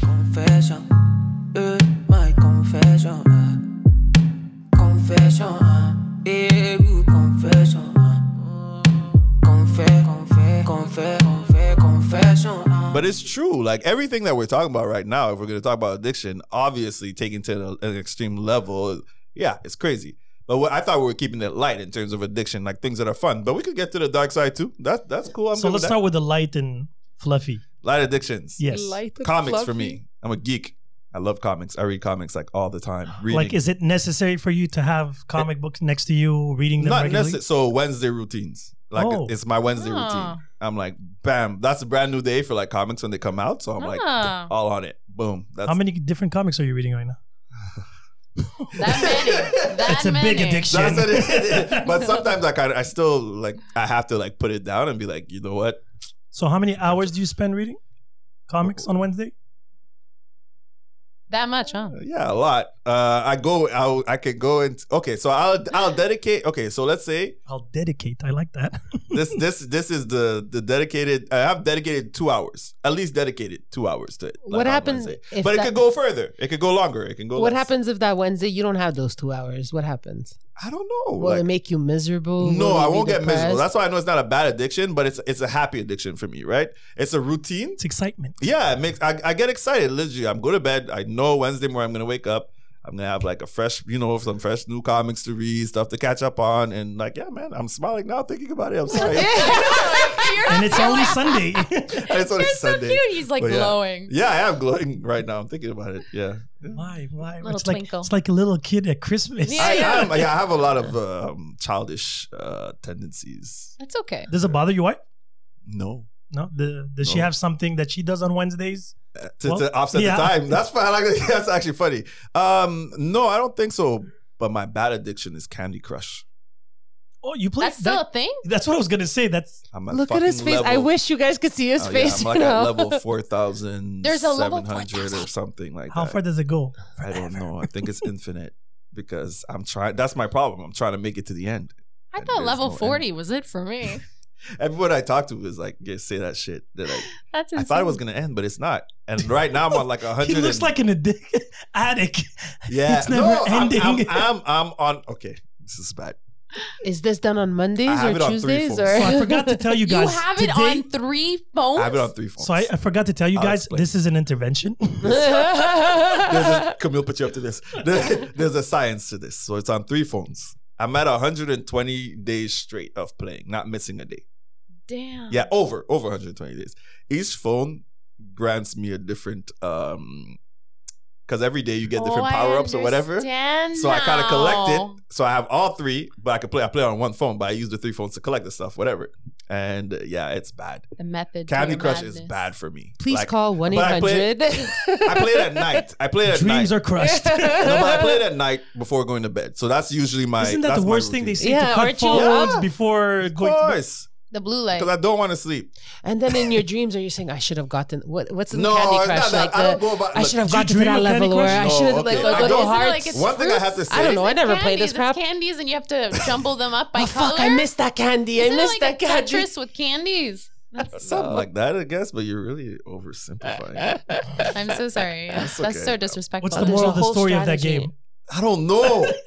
confession. Uh, my confession. Uh, confession. Uh, yeah, ooh, confession. Uh, confess, confess, confess, confess, confession. Uh, But it's true. Like everything that we're talking about right now, if we're going to talk about addiction, obviously taken to an extreme level, yeah, it's crazy. But what, I thought we were keeping it light in terms of addiction, like things that are fun. But we could get to the dark side too. That that's cool. I'm So good with let's that. start with the light and fluffy. light addictions. Yes. Light and comics for fluffy. me. I'm a geek. I love comics. I read comics like all the time. Reading. Like, is it necessary for you to have comic books next to you, reading them not regularly? necessary. So Wednesday routines. Like Oh. it's my Wednesday Ah. routine. I'm like, bam, that's a brand new day for like comics when they come out. So I'm like, Ah. all on it. Boom. That's How many different comics are you reading right now? That many. That It's a many. big addiction. That's it. but sometimes I kind of, I still like, I have to like put it down and be like, you know what? So how many hours do you spend reading comics on Wednesday? That much, huh? Yeah, a lot. Uh, I go, I I could go and okay. So I'll I'll dedicate. Okay, so let's say I'll dedicate. I like that. this this this is the the dedicated. I have dedicated two hours, at least dedicated two hours to it. like, What on happens Wednesday. if But it that- could go further. It could go longer. It can go. What less. happens if that Wednesday you don't have those two hours? What happens? I don't know. Will like- it make you miserable? No, Will I you be won't get miserable. depressed? That's why I know it's not a bad addiction, but it's it's a happy addiction for me, right? It's a routine. It's excitement. Yeah, it makes I, I get excited. Literally, I'm going to bed. I know Wednesday morning I'm gonna wake up. I'm gonna have like a fresh, you know, some fresh new comics to read, stuff to catch up on, and like, yeah, man, I'm smiling now thinking about it. I'm sorry. And it's only Sunday. it's only That's so Sunday. cute. He's like But yeah. glowing. Yeah, I am glowing right now. I'm thinking about it. Yeah, why? Why? Little it's like twinkle. it's like a little kid at Christmas. Yeah. I am. Yeah, I have a lot of um, childish uh, tendencies. That's okay. Does it bother you? Why? No, No. The, does she No. have something that she does on Wednesdays? Uh, to, Well, to offset yeah. the time. That's fine. I like that. That's actually funny. Um, no, I don't think so. But my bad addiction is Candy Crush. Oh, you play That's still that- a thing. That's what I was gonna say. That's I'm Look at his fucking face. I level- wish you guys could see his Oh, yeah, face. I'm like you know? at level four thousand. There's a level or something like how that. far does it go? I don't know. I think it's infinite because I'm trying. That's my problem. I'm trying to make it to the end. I And thought there's level no 40 end. was it for me. Everyone I talk to is like, yeah, say that shit. They're like, That's I insane. thought it was gonna end, but it's not. And right now I'm on like a He hundred. looks and- like an addic- addict. yeah, it's never I'm- ending. I'm, I'm, I'm on. Okay, this is bad. Is this done on Mondays I have or it on three Tuesdays? phones. Or So I forgot to tell you guys. you have today, it on three phones. I have it on three phones. So I, I forgot to tell you I'll guys. explain. This is an intervention. There's a, Camille put you up to this. There- There's a science to this. So it's on three phones. I'm at 120 days straight of playing, not missing a day. Damn. Yeah, over over 120 days. Each phone grants me a different um because every day you get different Oh, I power ups or whatever. understand So I kind of collect now. it. So I have all three, but I can play. I play on one phone, but I use the three phones to collect the stuff, whatever. And uh, yeah, it's bad. The method. to Candy your Crush is madness. bad for me. Please Like, call 1 I play 800. it- I play it at night. I play it at night. Dreams are crushed. No, but I play it at night before going to bed. So that's usually my. Isn't that that's the my worst thing they routine. say to Yeah, cut aren't you- phones Yeah. before Of going to bed? course, The blue light. because I don't want to sleep. And then in your dreams, are you saying, I should have gotten, what, what's in No, the Candy it's Crush? not that. like I don't the- go about- I look, should have do you gotten to dream that of Candy level Crush? where I No, should have, like, okay. like, I little Isn't don't- it hearts. like it's One thing I have to fruits? say- I don't know, I It's never played candies. this crap. It's candies and you have to jumble them up by oh, color. fuck, I missed that candy. I Isn't it missed like that a candy. Tetris with candies. That's Something like that, I guess. But you're really oversimplifying. it. I'm so sorry. That's, that's okay. so disrespectful. What's the There's moral a of the whole story of that strategy. game? I don't know.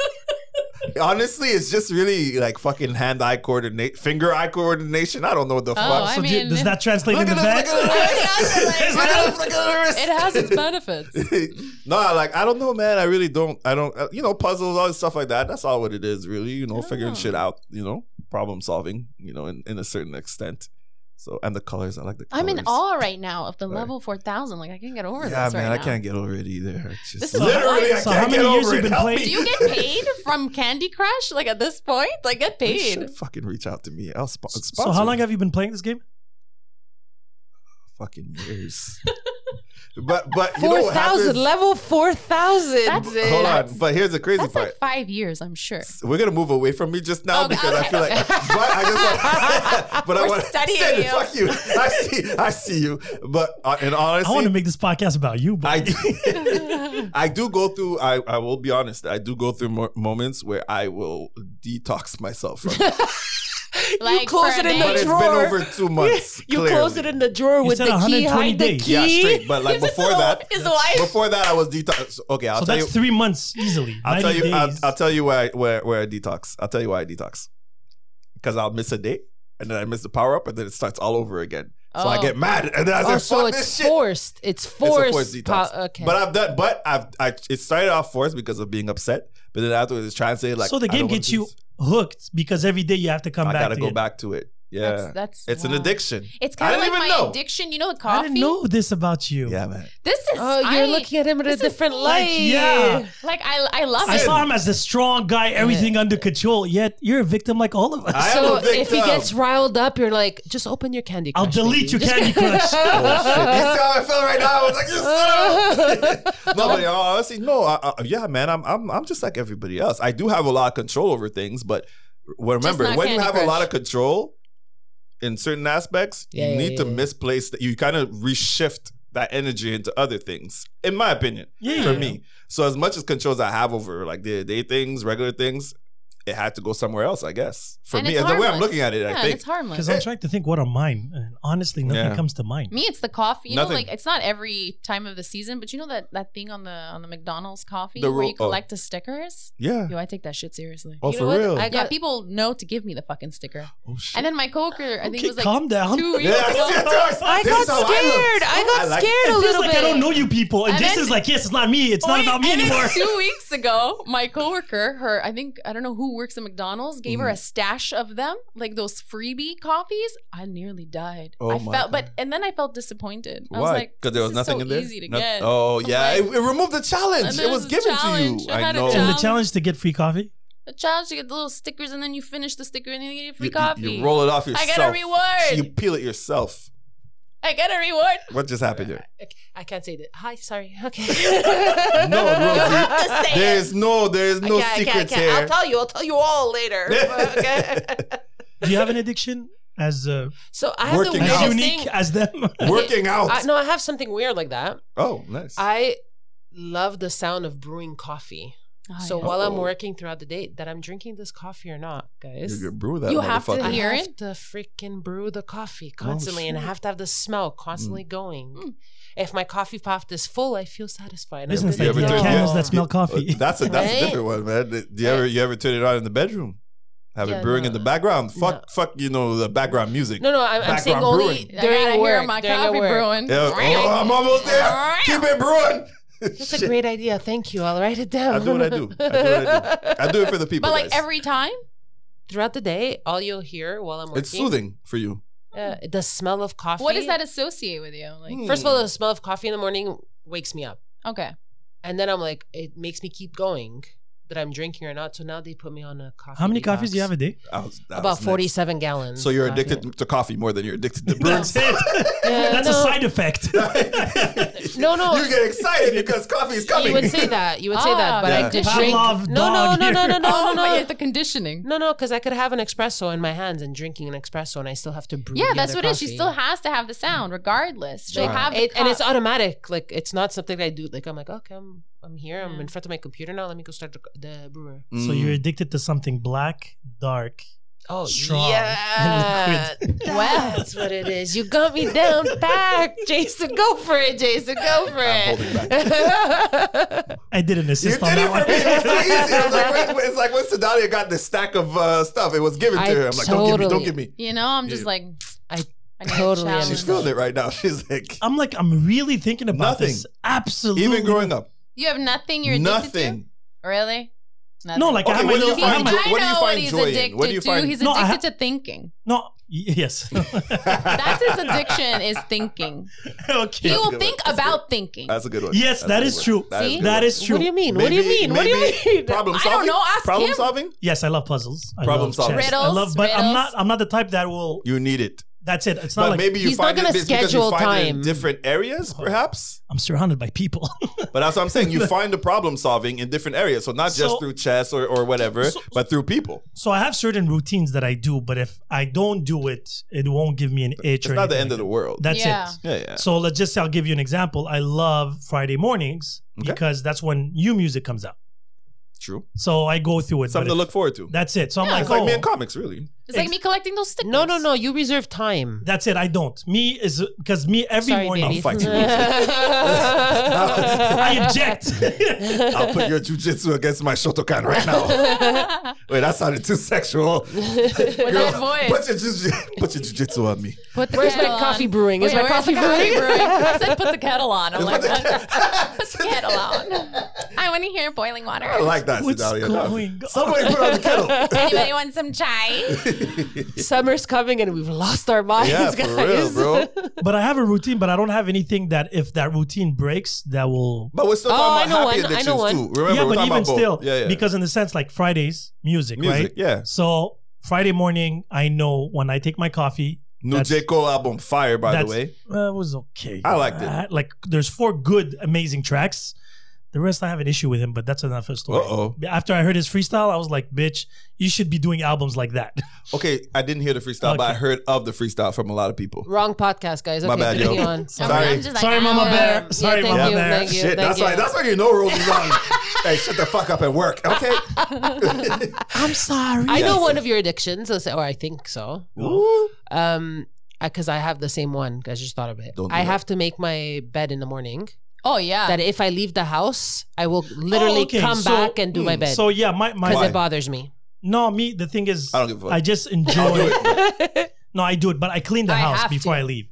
Honestly, it's just really like fucking hand-eye coordinate, finger-eye coordination. I don't know what the Oh, fuck. I So do you- mean, does that translate Look at in the this. back? Look at this. Look it at this. Look at this. it has its benefits. no, like I don't know, man. I really don't. I don't. uh, You know, puzzles, all this stuff like that. That's all what it is, really. You know, figuring shit out. You know, problem solving. You know, in, in a certain extent. So and the colors, I like the. Colors. I'm in awe right now of the Sorry. level 4000. Like, I can't get over Yeah, this man, right I now. can't get over it either. It's just This is literally, I So can't how many get years over you it. been Help playing? me. Do you get paid from Candy Crush? Like, at this point? Like, get They paid. should fucking reach out to me. I'll spo- sponsor. So how long them. have you been playing this game? fucking years? but but you know what 4,000, happens? level 4,000. That's it. Hold That's- on. But here's the crazy That's part. like five years, I'm sure. We're gonna move away from me just now Oh, because I okay. feel like, but I just want, but I We're want studying Sid, you. Fuck you. I see, I see you. But uh, in honesty, I want to make this podcast about you, but I do, I do go through. I, I will be honest. I do go through mo- moments where I will detox myself from. it. Like, you close for it a day. in the But it's been drawer. over two months. you close clearly. it in the drawer with said the 120 key. Hide the days. key. Yeah, straight. But like Is this before all- that, his wife? before that, I was detox. Okay, I'll so tell that's you. three months easily. I'll tell 90 you. I'll, days. I'll tell you where I, where where I detox. I'll tell you why I detox. Because I'll miss a date, and then I miss the power up, and then it starts all over again. So I Oh. get mad, and then I say, Oh, so "Fuck this it's shit." forced. It's forced. It's a forced detox. po- okay. But I've done. But I've. I it started off forced because of being upset, but then afterwards it's translated like. so the I don't game wanna gets do you this. hooked because every day you have to come I back. gotta to go it. back to it. Yeah, that's, that's it's an wow. addiction. It's I kind of didn't like my even know. addiction. You know, with I coffee. didn't know this about you. Yeah, man. This is. Oh, you're I- looking at him in a this is different light. yeah. Like I, I love I it. saw him as the strong guy, everything Yeah. under control. Yet you're a victim like all of us. I am So a victim. if he gets riled up, you're like, just open your Candy Crush. I'll delete baby. your Just- Candy Crush. Oh, shit. You see how I feel right now? I was like, you son of a-" no, but in all honesty, no. I, I, yeah, man, I'm, I'm, I'm just like everybody else. I do have a lot of control over things, but well, remember, not when you Candy have a Crush. lot of control in certain aspects, Yeah, you yeah, need to yeah, yeah. misplace that. You kind of reshift that energy into other things, in my opinion, Yeah. Hmm. for me. So as much as controls I have over like day to day things, regular things, it had to go somewhere else, I guess. For And me, it's and the way I'm harmless. looking at it, Yeah, I and think it's harmless. Because I'm trying to think what are mine, and honestly, nothing Yeah. comes to mind. Me, it's the coffee. You know, Nothing. like it's not every time of the season, but you know that that thing on the on the McDonald's coffee The where ro- you collect the stickers. yeah. Yo, I take that shit seriously. Oh, You know for what? real. I got Yeah. people know to give me the fucking sticker, oh shit. and then my coworker, I think Okay, it was like calm down. two weeks Yeah, ago. see, that's- I this got is how I look. scared. I got I like- scared a It feels little Oh, like bit. I don't know you people, and, And Jason's then- like, yes, it's not me. It's not Wait, about me and then anymore. Two weeks ago, my coworker, her, I think, I don't know who works at McDonald's, gave Mm-hmm. her a stash of them, like those freebie coffees. I nearly died. Oh I my felt, but God. and then I felt disappointed. I was Why? like, Because there was this is nothing so in there. Easy to Not- get. Oh yeah, like- it, it removed the challenge. And It there was was a given to challenge. you. I I had a know. And the Um, challenge to get free coffee. The challenge to get the little stickers, and then you finish the sticker, and then you get your free You, coffee. you roll it off I yourself. get a reward. You peel it yourself. I get a reward. What just happened here? Okay, I can't say that. Hi, sorry. Okay. No, Rosie. Just say There it. is no, there is no I can't, I can't, secrets I can't. here. I'll tell you. I'll tell you all later. okay. Do you have an addiction as uh, So I have Working the as out. weirdest unique thing. as them? Working out. I, no, I have something weird like that. oh, nice. I love the sound of brewing coffee. Oh, so yeah. while I'm Uh-oh. working throughout the day, that I'm drinking this coffee or not, you guys. can brew that. You have to motherfucker. I Hear have it? to freaking brew the coffee constantly, and I shit. have to have the smell constantly going. Mm. If my coffee pot is full, I feel satisfied. Business I'm You like, ever idea. turn- Candles yeah. that smell Yeah. coffee. Uh, That's a that's Right? a different one, man. Do you ever you ever turn it on in the bedroom? Have Yeah, it brewing no. in the background. Fuck fuck you know the background music. no, no, I'm, I'm saying Background only brewing. I gotta during hear work. my during coffee work. brewing. Yeah, oh, I'm almost there. Keep it brewing. That's a great idea. Thank you. I'll write it down. I do what I do. I do what I do. I do it for the people. But like guys. every time, Throughout the day, all you'll hear while I'm working, it's soothing for you. Uh, the smell of coffee. what does that associate with you? Hmm. Like, First of all, the smell of coffee in the morning wakes me up, okay. and then I'm like, it makes me keep going that I'm drinking or not. So now they put me on a coffee. How many detox. coffees do you have a day? I was- I About was next. 47 gallons. So you're of coffee. addicted to coffee more than you're addicted to That's birds. it. Yeah, That's a no. side effect. No, no. You get excited because coffee is coming. You would say that. You would say Ah, that, but Yeah. Oh I just drink. No, Pavlov no, no, dog no, no, no, here. no, but no, no. it's the conditioning. No, no, because I could have an espresso in my hands and drinking an espresso, and I still have to brew. Yeah, the that's other what it is. She coffee. still has to have the sound, regardless. She'll Right. have the It- and it's cup. automatic. Like it's not something I do. Like I'm like, okay, I'm I'm here. I'm Yeah. in front of my computer now. Let me go start the, the brewer. Mm. So you're addicted to something black, dark. Oh Strong Uh, yeah, and liquid. that's what it is. You got me down back, Jason. Go for it, Jason. Go for holding it. I did an You assist did on it for that me. It was one. too easy. It was like, wait, wait, it's like when Sedalia got the stack of uh, stuff, it was given to I her. I'm like, don't give me, don't totally- give me. you know, I'm just Yeah. like, I I need a totally challenge. She's feeling it right now. She's like, I'm like, I'm really thinking about Nothing. this. Absolutely. even growing up, You have nothing you're addicted nothing. to? Really? Nothing. No, like I Okay, have my what do you little. I have find my- joy- what do you I know find he's joy in? addicted What do you to. find- He's No, I addicted ha- to thinking. No. y- Yes. That's his addiction is thinking. He okay. That's a will good think one. That's a about thinking. That's a good one. Yes, That's that a is good true. one. That is See? a good That one. is true. What do you mean? what do you Maybe- mean? What do maybe you mean? Problem I don't solving. know, ask Problem him. solving. Yes, I love puzzles. I Problem love solving. chess. I Riddles, love, but I'm riddles. not. I'm not the type that will. You need it, That's it. It's but not like Oh. maybe you He's not find gonna it because you schedule find it in time. different areas, perhaps. I'm surrounded by people. But that's what I'm saying. You find the problem solving in different areas. So not just So- through chess or, or whatever, but through people. so I have certain routines that I do, but if I don't do it, it won't give me an itch. It's or not the anything end like of the world. That's Yeah. it. yeah, yeah. So let's just say I'll give you an example. I love Friday mornings Okay. because that's when new music comes out. True. So I go through it. Something but to if- look forward to. That's it. So I'm Yeah. like, It's like oh, me and comics, really. It's like me collecting those stickers. No, no, no. You reserve time. that's it. I don't. Me is because me every Sorry, morning baby. I'll fight you. I object. I'll put your jujitsu against my Shotokan right now. Wait, that sounded too sexual. With Girl, that voice. Put your, jiu- put your jujitsu on me. Put the Where's my kettle on. coffee brewing? Is Wait, my where's coffee the coffee brewing? brewing? I said put the kettle on. I'm like, Put put the- the kettle on. I want to hear boiling I water. like that. What's Sedalia. That was- going on? Somebody put on the kettle. Anybody want some chai? Summer's coming and we've lost our minds, yeah, guys. for real, bro. but I have a routine, but I don't have anything that if that routine breaks, that will. But we're still Oh, talking I know about happy one, I addictions know one. too. Remember, we're yeah, but talking even about both. still, yeah, yeah. because in the sense, like Fridays, music, music, right? yeah. So Friday morning, I know when I take my coffee. New that's- J Cole album, Fire, by the that's- way. uh, it was okay. I liked it. Uh, like there's four good, amazing tracks. The rest I have an issue with him, but that's another story. Uh-oh. After I heard his freestyle, I was like, "Bitch, you should be doing albums like that." Okay, I didn't hear the freestyle, but I heard of the freestyle from a lot of people. Wrong podcast, guys. My Okay, bad, yo. continue on. Sorry. I'm just Sorry, Mama Bear. Yeah, Sorry, thank Mama you, Bear. thank you, Shit, thank that's you. why that's why you know rules is on. hey, shut the fuck up and work, okay? I'm sorry. I know one of your addictions, let's say- or I think so. Ooh. Um, because I have the same one. I just thought of it. Don't do I that. have to make my bed in the morning. Oh yeah. That if I leave the house, I will literally Oh, okay, come so- mm, back and do my bed So yeah, my Why? because my it bothers me. no me. The thing is, I don't give a fuck. I just I'll do enjoy. it. no, I do it, but I clean the I house have before to. I leave.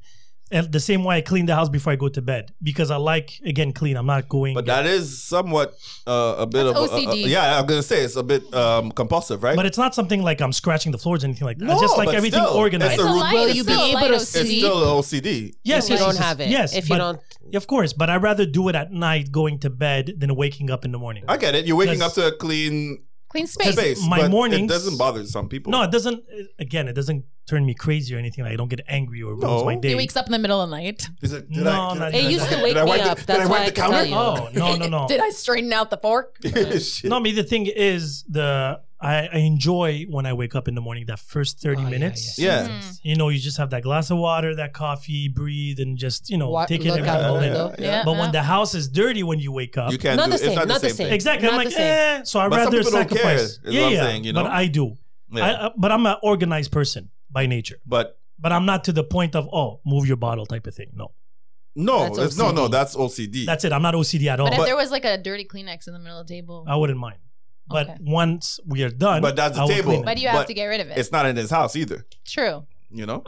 And the same way I clean the house before I go to bed because I like again clean. I'm not going. But that is somewhat uh, a bit That's of a- a- OCD. yeah, I'm gonna say it's a bit um, compulsive, right? But it's not something like I'm scratching the floors or anything like that. I No, just like but everything still, organized. it's a- light, Will it's you still be a able light to OCD. it's still OCD. yes, if yes, you yes, don't yes, have it, Yes, if but- you don't, Yeah, of course. But I'd rather do it at night, going to bed, than waking up in the morning. I get it. You're waking up Yes. to a clean Clean space. space. my but it mornings- doesn't bother some people. no, it doesn't. Again, it doesn't turn me crazy or anything. Like, I don't get angry or ruins No. my He day. He wakes up in the middle of the night. Is it, No, I, not it Did used to I- wake did I me wipe the- up. did I wipe That's why I the can counter? tell you. Oh no, no, no. Did I straighten out the fork? Shit. No, I mean the thing is the I, I enjoy when I wake up in the morning that first thirty Oh, yeah, minutes. yeah. Hmm. You know, you just have that glass of water, that coffee, breathe, and just you know Wa- take it look every out the moment. window. Yeah. But when the house is dirty when you wake up, You can't Not do the it's same, not, the same, thing. exactly. I'm Not like, the same. eh. So I But some rather people don't care, sacrifice. is what I'm yeah, saying, you know? but I do. Yeah. I, uh, but I'm an organized person by nature. but But I'm not to the point of oh, move your bottle type of thing. No, no, That's it's, no, no, OCD. that's OCD. that's it. I'm not OCD at all. But if But there was like a dirty Kleenex in the middle of the table, I wouldn't mind. But Okay. once we are done, But that's the I will table. clean it. why do you have but to get rid of it? it's not in his house either. True. You know,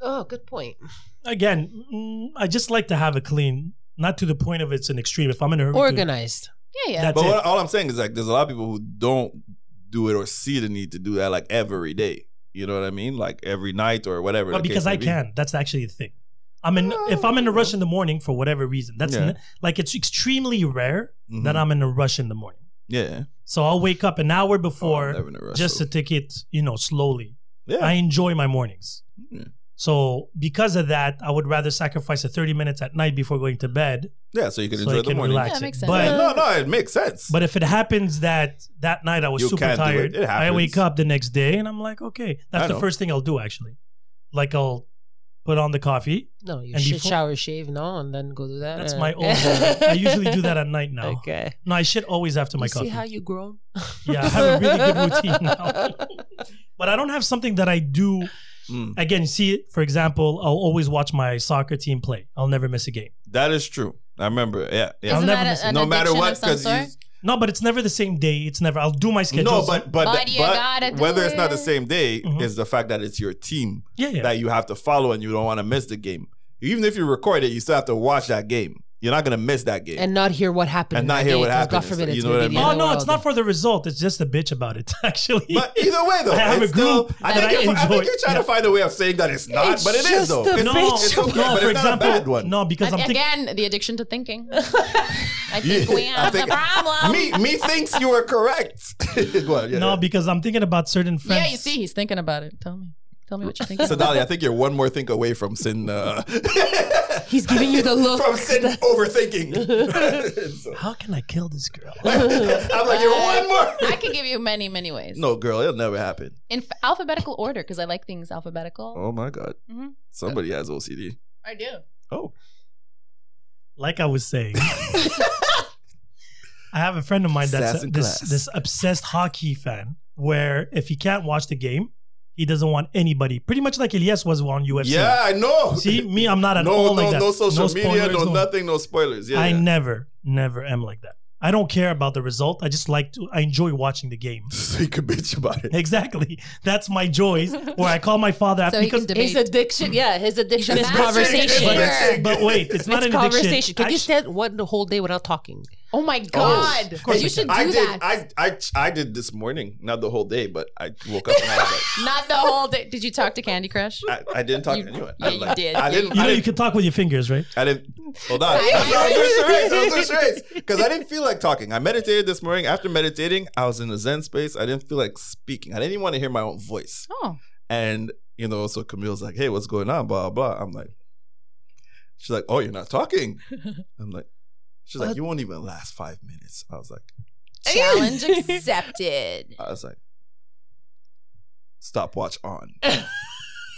Oh, good point. again, mm, I just like to have a clean, not to the point of it's an extreme. If I'm in a hurry, to, Organized. Yeah, yeah. That's but it. what, all I'm saying is like, there's a lot of people who don't do it or see the need to do that like every day. You know what I mean? Like every night or whatever. but the case because may I be. can, that's actually the thing. I'm in. Oh. if I'm in a rush in the morning for whatever reason, that's Yeah. n- like it's extremely rare that Mhm. I'm in a rush in the morning. Yeah. So I'll wake up an hour before never in a Oh, rush, just so- to take it, you know, slowly. Yeah. Mm-hmm. I enjoy my mornings. Yeah. So because of that, I would rather sacrifice the 30 minutes at night before going to bed yeah. So you can so enjoy the I can morning. relax. Yeah, it. makes sense. But Yeah, no, no, it makes sense. But if it happens that that night I was You super can't do it. tired, It I happens. wake up the next day and I'm like, okay, that's I the know. first thing I'll do actually. Like I'll put on the coffee. No, you And should before- shower, shave, no, and then go do that. uh, That's my old. I usually do that at night now. Okay. No, I shit always after my you coffee. see how you grow? yeah, I have a really good routine now. but I don't have something that I do. Mm, Again, see, for example, I'll always watch my soccer team play. I'll never miss a game. that is true. I remember. Yeah. yeah. I'll Isn't never that miss it. a, an no matter addiction what, of some because sort? you No, but it's never the same day. It's never. I'll do my schedule. No, but but, But you gotta but do whether it's not the it. same day Mhm. is the fact that it's your team yeah, yeah. that you have to follow and you don't want to miss the game. Even if you record it, you still have to watch that game. You're not gonna miss that game. And not hear what happened. And in not that hear day, what 'cause happened. God forbid You it's know gonna what be I mean? the oh end of no, the it's world. not for the result. It's just a bitch about it. Actually, but either way, though, I have it's a group still, I that think, I you're, I think enjoy. you're trying Yeah. to find a way of saying that it's not, It's but it is just though. a It's, no, it's okay, no. but For it's not a example, bad one. no, because I'm thinking. Again, the addiction to thinking. I think Yeah, we I have think- the problem. Me, me thinks you were correct. well, yeah, no, yeah. because I'm thinking about certain friends. Yeah, you see, he's thinking about it. Tell me. Tell me what you're thinking. So Dolly, I think you're one more think away from sin. Uh, He's giving you the look. from sin overthinking. So, How can I kill this girl? I'm like, you're one more. I can give you many, many ways. No, girl, it'll never happen. In f- alphabetical order, because I like things alphabetical. Oh my god, Mm-hmm. Mhm. somebody has OCD. I do. Oh, Like I was saying, I have a friend of mine that's Sass in this class. this obsessed hockey fan. Where if he can't watch the game, he doesn't want anybody. Pretty much like Elias was on UFC. Yeah, I know. See, me, I'm not at no, all no, like that. no social media, spoilers, no, nothing, no spoilers. Yeah, I yeah. never, never am like that. I don't care about the result. I just like to. I enjoy watching the game. so you could bitch about it. Exactly. That's my joys. Where I call my father after So he because can debate. His addiction, yeah, his addiction He's is a conversation. conversation. It's Addiction. But wait, it's not an conversation. addiction. Can you Actu- stand one whole day without talking? Oh my god! Of you should do I did. that. I, I I did this morning, not the whole day, but I woke up and I was Not the whole day. Did you talk to Candy Crush? like, I, I didn't talk You- to anyone. yeah, I, you like, did. I Yeah, didn't. You I know you didn't, can talk with your fingers, right? I didn't. Hold on. I was doing charades. I was doing charades because I didn't feel like talking. I meditated this morning. After meditating, I was in a Zen space. I didn't feel like speaking. I didn't even want to hear my own voice. Oh, And you know, so Camille's like, "Hey, what's going on?" Blah blah. I'm like, she's like, "Oh, you're not talking." I'm like, she's like, What? "You won't even last five minutes." I was like, Challenge accepted. I was like, stopwatch on.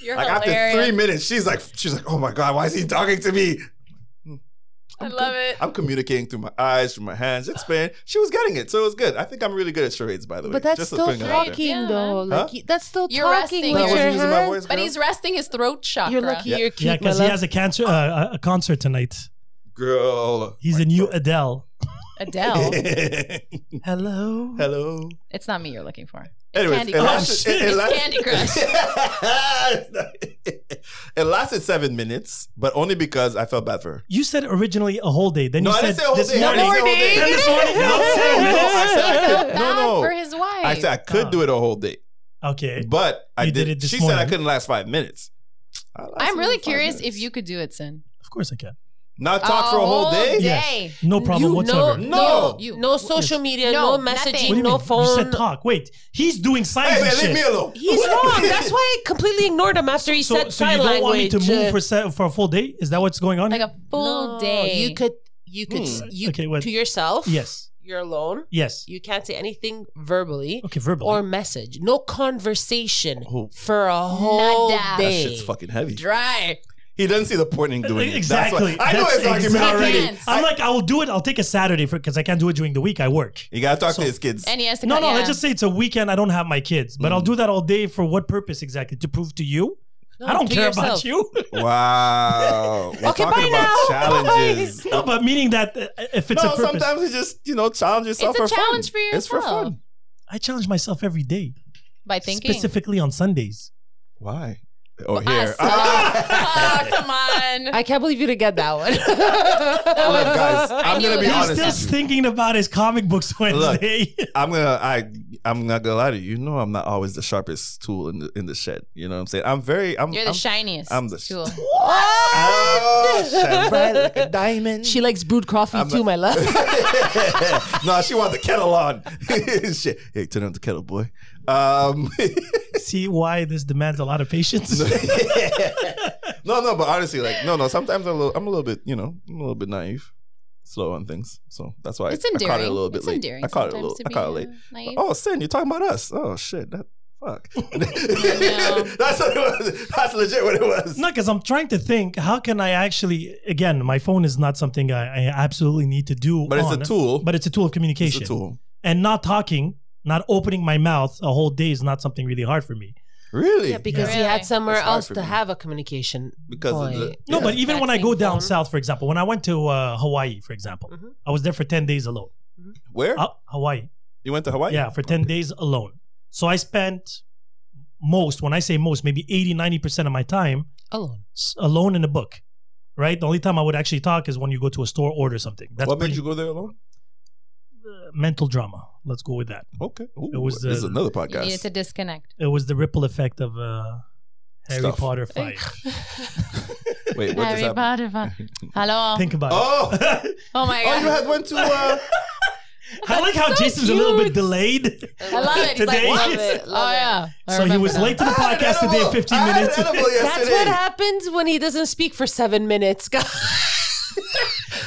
you're Like hilarious. after three minutes, she's like, she's like, "Oh my god, why is he talking to me?" I love it. I'm communicating through my eyes, through my hands. It's been she was getting it, so it was good. I think I'm really good at charades, by the way. But that's Just still putting it out there. talking, Yeah, though. man. Like Huh? you- that's still You're resting. talking But I with wasn't your using my hands. voice. But he's resting his throat chakra. You're lucky Yeah. you're Yeah, cute, my because he love. has a cancer, uh, a- a concert tonight. Girl, He's the new Adele. Adele. Hello. Hello. it's not me you're looking for. Anyways, Candy it Crush. lasted- it- it It's lasted- Candy Crush. it lasted seven minutes, but only because I felt bad for her. You said originally a whole day. Then No, you I said didn't say a whole this day. I morning. didn't say a whole day. This morning. No, I said I Feel could- bad no, no. for his wife. I said I could do it a whole day, Okay. but I Oh. You did. did it this she said I morning. couldn't last five minutes. I lasted I'm really five curious minutes. if you could do it, Sin. Of course I can. not talk for a Oh, whole day. day. No problem You whatsoever. know- No. You. No social media, No, no, nothing. messaging, What do you no mean? phone. You said talk. Wait, he's doing signs Hey man, and shit. leave me alone. He's wrong. That's why I completely ignored him after he So, said so you sign don't want me language. uh, to move for se- for a full day? Is that what's going on? Like a full No, day. You could, you could, s- Hmm. you Okay, what- to yourself. yes. you're alone. Yes. You can't say anything verbally Okay, verbally. or message. No conversation Oh. for a whole Nada. That day. shit's fucking heavy. dry. He doesn't see the point in doing it. That's why- exactly. I know That's his argument exactly- already. Yes. I'm like, I will do it. I'll take a Saturday for because I can't do it during the week. I work. You gotta talk to his kids. And he has to No, cut- no. yeah. Let's just say it's a weekend. I don't have my kids, Mm. but I'll do that all day for what purpose exactly? To prove to you, No, I don't to care about yourself. you. Wow. We're Okay, talking bye about now. challenges. no, but meaning that uh, if it's no, a purpose, sometimes it's just, you know, challenge yourself It's a for challenge fun. for It's for yourself. fun. I challenge myself every day, by thinking. specifically on Sundays. Why? Oh, Ah, here. stop. Ah! Ah, come on. I can't believe you didn't get that one. Look, guys, I'm knew gonna be that. honest Still with you. thinking about his comic books Wednesday. I'm gonna I I'm not gonna lie to you. You know I'm not always the sharpest tool in the in the shed. You know what I'm saying? I'm very I'm You're the I'm, shiniest. I'm the- tool. Oh, shine bright like a diamond. she likes brewed coffee too, my love. no, she want the kettle on. Shit. Hey, turn on the kettle, boy. Um, See why this demands a lot of patience. no, no, but honestly, like, no, no. Sometimes I'm a little, I'm a little bit, you know, I'm a little bit naive, slow on things. So that's why It's I, endearing. I caught it a little bit it's late. endearing I caught it a sometimes little. to I be, caught it uh, late. naive. Oh, sin, you're talking about us. Oh shit, that fuck. know. that's what it was. That's legit what it was. No, because I'm trying to think, how can I actually? Again, my phone is not something I, I absolutely need to do. But it's a on, tool. But it's a tool of It's communication. a tool. And not talking, not opening my mouth a whole day is not something really hard for me. Really? Yeah, because he Really? had somewhere It's hard else for to me. have a communication. Because of point. the- No, Yeah. but even when I go Texting down phone. south, for example, when I went to uh, Hawaii, for example, Mhm. I was there for 10 days alone. Where Uh, Hawaii. you went to Hawaii? Yeah, for 10 days alone. So I spent most, when I say most, maybe 80, 90% of my time alone. s- alone in a book, right? The only time I would actually talk is when you go to a store, order something. That's what pretty, made you go there alone? uh, mental drama. Let's go with that. Okay. Ooh, It was this is the- another You needed podcast. to disconnect. It was the ripple effect of uh, Harry Stuff. Potter 5. Wait, what Harry just happened? Potter. fa- Hello. Think about Oh, it. oh my oh, god. you had went to. Uh, I like how Jason's a little bit delayed. I love it. He's like, Today. what? Love it, love oh it. yeah. I so he remember was that. late to the I had an podcast today edible. at 15 I had an minutes. edible That's yesterday. what happens when he doesn't speak for seven minutes, guys.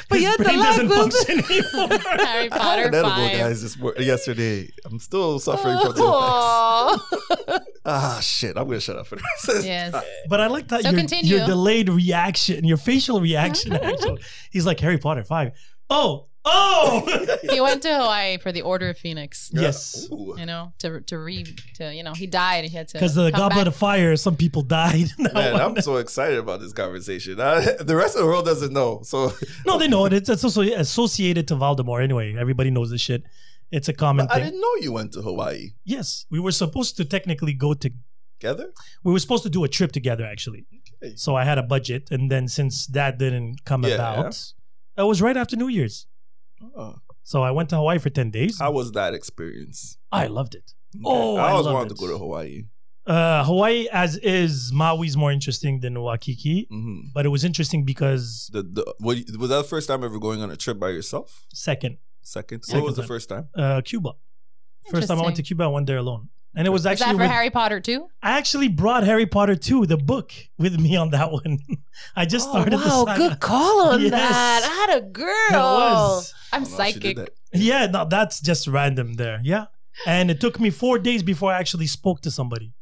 but yet His the brain doesn't language. function anymore. Harry I had Potter an edible, five. guys, this mor- yesterday. I'm still suffering from the Oh. effects. Aw. Ah, shit. I'm going to shut up for this. Yes. But I like that So your, continue. your delayed reaction, your facial reaction, actually. He's like, Harry Potter 5. Oh, Oh, He went to Hawaii for the Order of Phoenix. yes. Ooh. You know, to to re to you know, he died and he had to Because the come Goblet back. of Fire, some people died. in that Man, one. I'm so excited about this conversation. I, the rest of the world doesn't know. So no, they know it. It's, it's also associated to Voldemort anyway. Everybody knows this shit. It's a common I thing. didn't know you went to Hawaii. Yes, we were supposed to technically go to. Together? We were supposed to do a trip together, actually. Okay. So I had a budget, and then since that didn't come Yeah. about, that was right after New Year's. Oh. So I went to Hawaii for ten days. How was that experience? I loved it. Okay. Oh, I always loved wanted it. to go to Hawaii. Uh, Hawaii, as is, Maui's more interesting than Waikiki, hmm but it was interesting because The, the, what, was that the first time ever going on a trip by yourself? second, Second. Second what was the time. first time? uh, Cuba. First time I went to Interesting. Cuba, I went there alone, and it was Is that actually for with- Harry Potter too? I actually brought Harry Potter 2, the book, with me on that one. I just started. Oh, the wow, saga. good call on Yes. that. I had a girl. It was. I'm I don't know if Oh, she did psychic. that. Yeah, no, that's just random there. Yeah. And it took me four days before I actually spoke to somebody.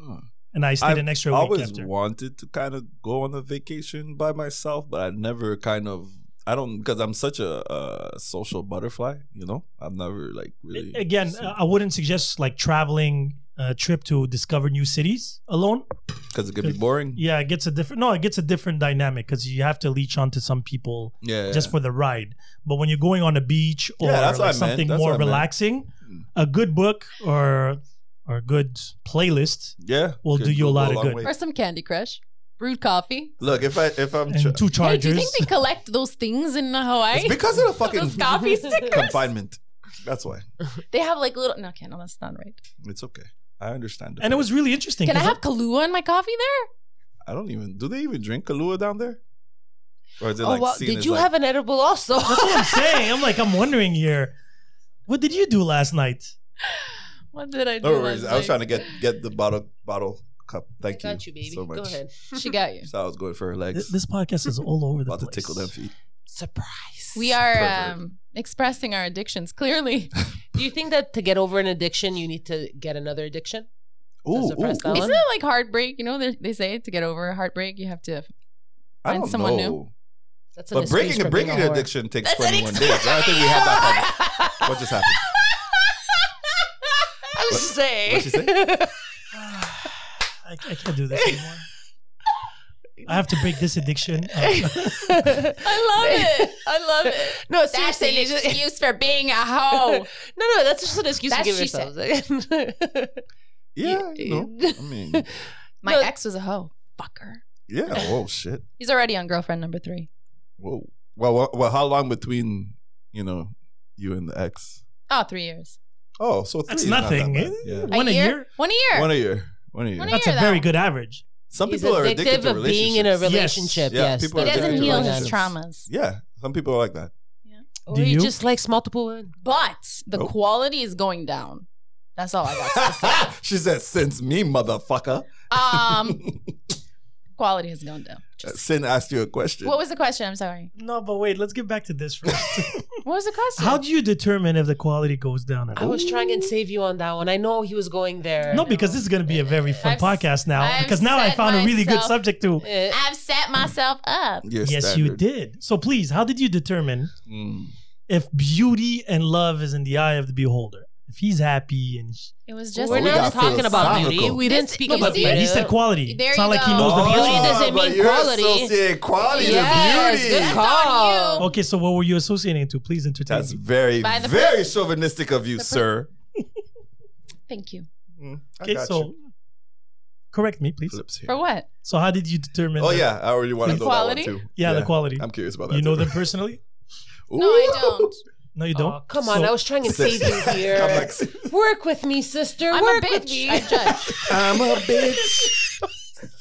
Huh. And I stayed Hmm. I've an extra I week always after. wanted to kind of go on a vacation by myself, but I never kind of I don't because I'm such a, uh social butterfly, you know. I've never like really Again, uh, I wouldn't suggest like traveling a trip to discover new cities alone. because it could be 'cause- boring. Yeah, it gets a different, no, it gets a different dynamic because you have to leech onto some people yeah, just for the ride. But when you're going on a beach or Yeah, that's what I like meant. something That's more what I meant. relaxing, Mm. a good book or or a good playlist yeah. will could do you a go lot of long good. way. Or some Candy Crush. Brewed coffee. Look, if I if I'm and tr- two Hey, do chargers. you think they collect those things in Hawaii? it's because of the fucking those coffee stickers? confinement, that's why They have like little. No, okay, no, that's not right. it's okay. I understand. the and it pain. was really interesting. Can I 'cause have Kahlua in my coffee there? I don't even. Do they even drink Kahlua down there? Or is it Oh, like? wow. seen Did as you like- have an edible also? I'm saying, I'm like, I'm wondering here, what did you do last night? What did I do? No worries. last Oh, I was night? trying to get get the bottle bottle cup. I Thank got you, baby. so much. Go ahead. She got you. So I was going for her Th- legs. This podcast is all over the about place. to tickle them feet. Surprise. We are Pervert. um, expressing our addictions clearly. Do you think that to get over an addiction, you need to get another addiction? Ooh, surprise ooh, ooh. Alan? Isn't it like heartbreak? You know, they, they say to get over a heartbreak, you have to. I Find don't someone know. new. That's an But breaking escape a from being breaking a an whore. addiction takes That's an 21 days. I think we have that. Covered. What just happened? I'm What- saying. what'd she I, I can't do this anymore. I have to break this addiction. Uh, I love it. I love it. no, That's seriously. an you just- excuse for being a hoe. no, no, that's just an excuse That's to give she said. yourself. Yeah, you know. I mean, My No. ex was a hoe. Fucker. yeah. Oh shit. He's already on girlfriend number three. Whoa. Well, well, well, how long between you know you and the ex? Oh, three years. Oh, so three That's is not that nothing. bad. A One year? year? One a Yeah. year. One a year. One a year. One a That's a very though. good average. Some He's people are addicted addicted to of being in a relationships. relationship. Yeah, Yes, people he are doesn't addicted to heal his relationships. traumas. Yeah, some people are like that. Or Do he you? just likes multiple women. But the Nope. quality is going down. That's all I got. to say. she said, "Since me, motherfucker." um, quality has gone down. Uh, Sin asked you a question. What was the question? I'm sorry. No, but wait, let's get back to this first. What was the question? How do you determine if the quality goes down at I all? was trying and save you on that one. I know he was going there. No, because this is going to be a very fun I've- podcast now. I've because now I set found a really good myself- subject to. Eh, I've set myself up. Your Yes, you standard. did. So please, how did you determine Mm. if beauty and love is in the eye of the beholder? If he's happy and sh- it was just. we're Oh, we got not talking about beauty. philosophical. We didn't This- speak you about see- beauty. he said quality. There it's you not like he go. knows the Oh, beauty. beauty doesn't but mean you're quality. associating quality to Yes, beauty. good That's on call. you. Okay, so what were you associating it to? Please entertain That's me. very, By the very chauvinistic of you, The pres- sir. Thank you. Mm, I Okay, got so you. correct me, please. Flips here. For what? So how did you determine? Oh the- yeah, I already want to know Quality? that one too. yeah, the quality. I'm curious about that. You know too. them personally? No, I Ooh. don't. No, you don't. Aw, Uh, come on, So- I was trying and save you here. I'm like, Work with me, sister. I'm a Work with bitch. me. I judge. I'm a bitch.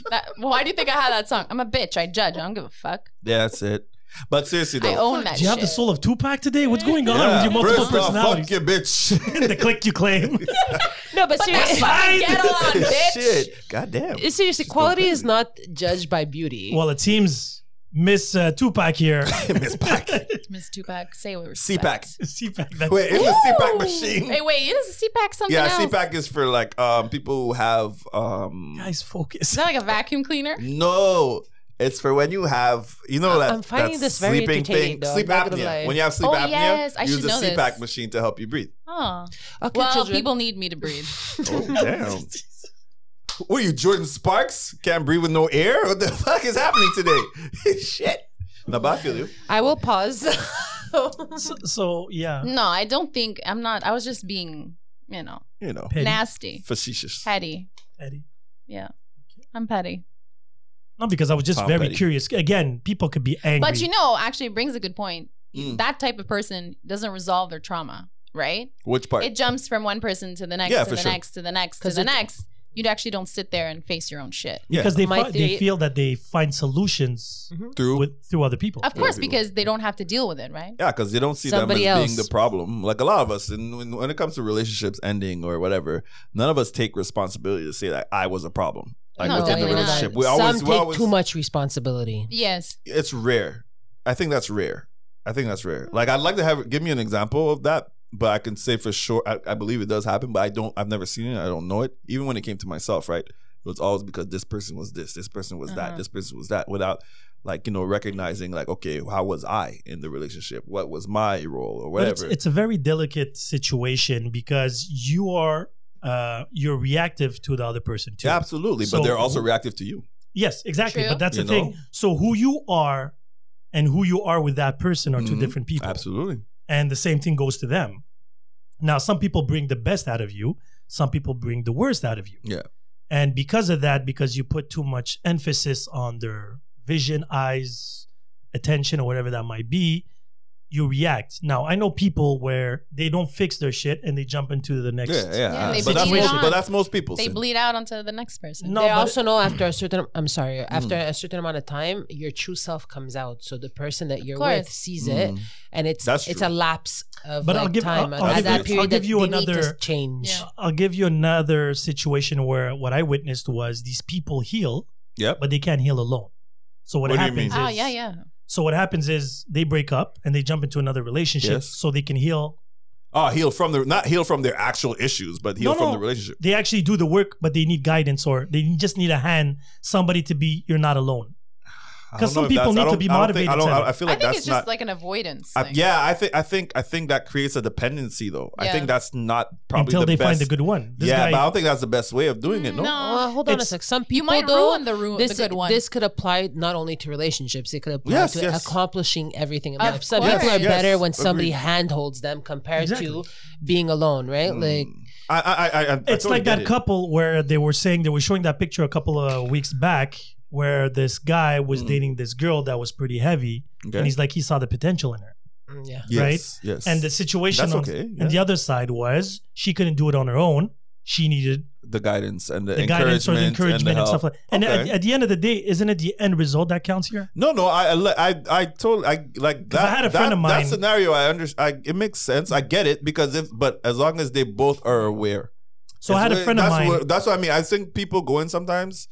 That, why do you think I had that song? I'm a bitch. I judge. I don't give a fuck. Yeah, that's it. But seriously though, I own that. Do you have shit. the soul of Tupac today? What's going on yeah, with your multiple first off, fuck personalities? your bitch. the click you claim. no, but, That's seriously, fine. Get on, bitch. Shit, goddamn. seriously, quality is not judged by beauty. well, it seems Miss uh, Tupac here. Miss Pac. Miss Tupac, say what CPAC. respect. Tupac, that's- Wait, it's a CPAC Hey, machine. wait, it is a CPAC something Yeah, else. CPAC is for like um people who have um guys, focus. Is that like a vacuum cleaner? no It's for when you have, you know, that, I'm that finding this very sleeping entertaining, thing, though. sleep I'm not gonna apnea. lie. When you have sleep Oh, apnea, yes, I use should the know CPAP this. machine to help you breathe. Oh. Okay, Well, children. people need me to breathe. Oh, damn. what are you, Jordan Sparks? Can't breathe with no air? What the fuck is happening today? Shit. Now, but I feel you. I will pause. So, so yeah, No, I don't think I'm not. I was just being, you know, You know, petty, nasty, facetious. petty. petty. Yeah, I'm petty. Not because I was just Tom very Petty. curious. Again, people could be angry. But you know, actually, it brings a good point. Mm. That type of person doesn't resolve their trauma, right? Which part? It jumps from one person to the next, Yeah, to for the sure. next, to the next, to 'Cause the it- next. You actually don't sit there and face your own shit. Yeah. because they My fi- they theory- feel that they find solutions Through. with through other people. Of course, people- because they don't have to deal with it, right? yeah, because they don't see Somebody them as being else. the problem. Like a lot of us, and when, when it comes to relationships ending or whatever, none of us take responsibility to say that I was a problem. Like No, within the definitely not. relationship, we Some always, take we always too much responsibility. Yes. it's rare. I think that's rare. I think that's rare. Like I'd like to have give me an example of that, but I can say for sure I, I believe it does happen, but I don't I've never seen it. I don't know it. Even when it came to myself, right? It was always because this person was this, this person was that, Uh-huh. this person was that, without like, you know, recognizing like, okay, how was I in the relationship? What was my role or But it's, whatever? it's a very delicate situation because you are uh, you're reactive to the other person too. Yeah, absolutely. So- but they're also reactive to you. Yes, exactly. True. But that's You the thing. know? So who you are and who you are with that person are two Mhm. different people. Absolutely. And the same thing goes to them. Now, some people bring the best out of you, some people bring the worst out of you. Yeah. And because of that, because you put too much emphasis on their vision, eyes, attention, or whatever that might be, you react. Now, I know people where they don't fix their shit and they jump into the next. Yeah, yeah. Yeah, they but, that's bleed most, on. but that's most people. They bleed out onto the next person. No, they but Mm. also know after a certain I'm sorry, after a certain amount of time, your true self comes out. So the person that you're with course. sees it Mm. and it's That's it's true. a lapse of Mm. But like, I'll give- time I'll- I'll at give that you- period I'll give that you they need to another- change. Yeah. I'll give you another situation where what I witnessed was these people heal, Yep. but they can't heal alone. So what, What do you mean? happens Oh is yeah, yeah. So what happens is they break up and they jump into another relationship Yes. so they can heal. Oh, heal from the not heal from their actual issues, but heal No, from no. the relationship. They actually do the work, but they need guidance or they just need a hand, somebody to be you're not alone. I 'Cause don't know some if people that's- I need to don't- be I don't think- I motivated don't. to I, that. I feel like I think that's it's not. just like an avoidance. I- thing. yeah, I think. I think. I think that creates a dependency, though. I Yeah. think that's not probably until the they best. find a good one. This yeah, guy, but I don't think that's the best way of doing it. No. No. Well, hold on a It's- sec. Some people You might though, ruin the ru- this, the good one. This could apply not only to relationships, it could apply Yes, to yes. accomplishing everything in Of life. Some course. people are Yes, better yes. when somebody Agreed. handholds them compared Exactly. to being alone, right? Mm. Like I. I. I. I, I it's totally like get that it. couple where they were saying they were showing that picture a couple of weeks back where this guy was Mhm. dating this girl that was pretty heavy Okay. and he's like he saw the potential in her. mm, yeah. yes, right. Yes. And the situation That's on okay, yeah. and the other side was she couldn't do it on her own. She needed the guidance and the, the encouragement, guidance or the and, the encouragement and, help. stuff like that. And Okay. at, at the end of the day, isn't it the end result that counts here? No, no, I, I, I- I totally, I like 'Cause that. I had a friend that, of That mine- scenario, I understand. It makes sense. I get it because if, but as long as they both are aware. So I It's had a what- friend of that's mine. What, that's what I mean. I think people go in sometimes,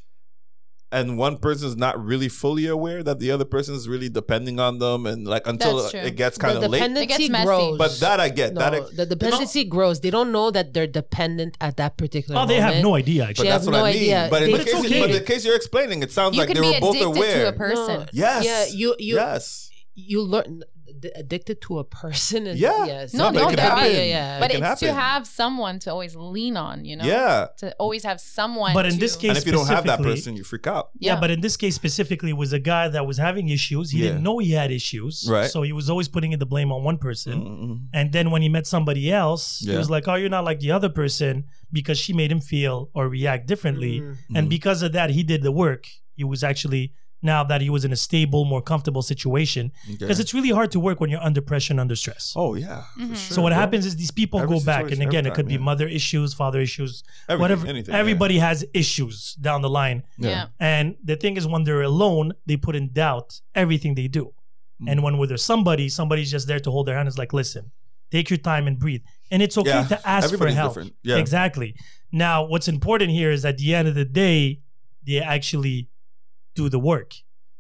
and one person's not really fully aware that the other person's really depending on them, and like until That's true. it gets kind The of late. It dependency gets messy. grows. But that I get. no, that I, the dependency grows. They don't know that they're dependent at that particular oh, they have moment. no idea. but Actually, They have that's what no I mean. idea. But in They- the But it's case, okay. but the case you're explaining, it sounds you like could they be were both addicted to aware. a person. No. Yes. Yeah, you you yes. you learn d- addicted to a person. Is, Yeah. Yes. No, but it no, can that- happen. yeah, yeah. But It it's can to happen. have someone to always lean on, you know. Yeah. To always have someone. But in to- this case- And if you don't have that Specifically- person, you freak out. yeah. but in this case specifically, it was a guy that was having issues. He Yeah. didn't know he had issues, Right. So he was always putting in the blame on one person. Mm-mm. And then when he met somebody else, he Yeah. was like, "Oh, you're not like the other person because she made him feel or react differently." Mm. And Mhm. because of that, he did the work. He was actually now that he was in a stable, more comfortable situation Okay. because it's really hard to work when you're under pressure and under stress. Oh yeah. for Mhm. sure, So what bro. happens is these people Every go back, and situation, again, every it could time, be yeah. mother issues, father issues, Everything, whatever. anything, yeah. Everybody has issues down the line, yeah. and the thing is, when they're alone, they put in doubt everything they do. Hmm. And when with there's somebody, somebody's just there to hold their hand. Is like, listen, take your time and breathe, and it's okay Yeah, to ask for everybody's help. different. Yeah. Exactly. Now, what's important here is at the end of the day, they actually do the work.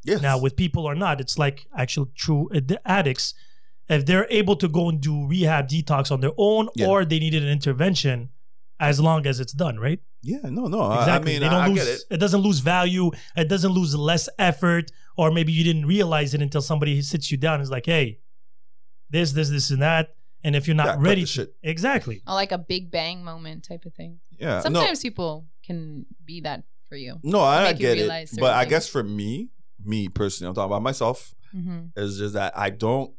Yes. Now, with people or not, it's like actual true ad- addicts. If they're able to go and do rehab detox on their own Yeah. or they needed an intervention, as long as it's done, right? Yeah, no, no. Uh, I- Exactly. I mean, they don't I, I lose, get it. doesn't lose value. It doesn't lose less effort, or maybe you didn't realize it until somebody sits you down and is like, "Hey, this, this, this, and that." And if you're Yeah, not cut ready, the to- shit. exactly. Or like a big bang moment type of thing. Yeah, no, Sometimes people can be that for you. no, I, I make you get it. realize But certain I things. guess for me, me personally, I'm talking about myself. Mm-hmm. It's just that I don't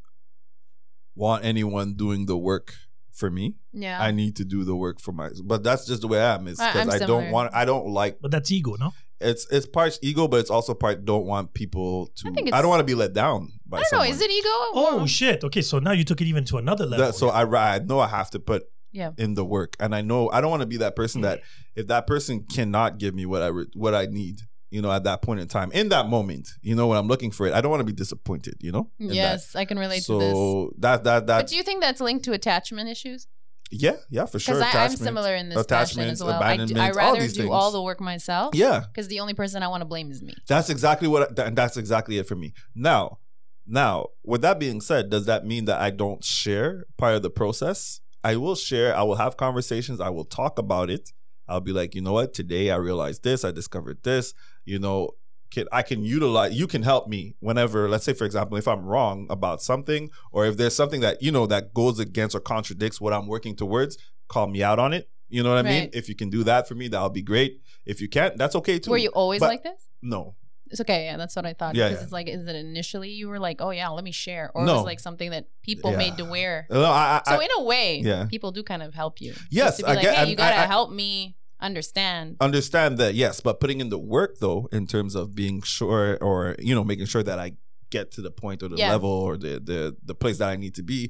want anyone doing the work for me. Yeah. I need to do the work for my. But that's just the way I am. It's I- because I'm I similar. don't want. I don't like. But that's ego, no? It's it's parts ego, but it's also part don't want people to. I I, think don't it's- want to be let down by. I don't someone. know. Is it ego? Oh shit! Okay, so now you took it even to another level. That, so I ri- I know I have to put Yeah. in the work, and I know I don't want to be that person that if that person cannot give me what I re- what I need, you know, at that point in time, in that moment, you know, when I'm looking for it, I don't want to be disappointed, you know. in that. Yes, I can relate so to this. that that that But do you think that's linked to attachment issues? yeah yeah for sure Because I'm attachment. similar in this fashion attachments, as well. I, do, I abandonments, all rather do these things. all the work myself. yeah Because the only person I want to blame is me. That's exactly what, I, tha- and that's exactly it for me. Now, now, with that being said, does that mean that I don't share part of the process? I will share. I will have conversations. I will talk about it. I'll be like, you know what? Today I realized this. I discovered this. You know, can I can utilize. You can help me whenever. Let's say, for example, if I'm wrong about something, or if there's something that you know that goes against or contradicts what I'm working towards, call me out on it. You know what I mean? Right. If you can do that for me, that'll be great. If you can't, that's okay too. Were you always But- like this? No, It's okay. Yeah, that's what I thought. Yeah, Because yeah. it's like, is it initially you were like, oh yeah, let me share, or it No. was like something that people Yeah. made to wear? No, I, I, So I- in a way, yeah. people do kind of help you. Just Yes, to be I like, get- hey, and you gotta I- Oh, I- help me understand. understand that, yes, but putting in the work though, in terms of being sure or you know making sure that I get to the point or the Yeah. level or the the the place that I need to be,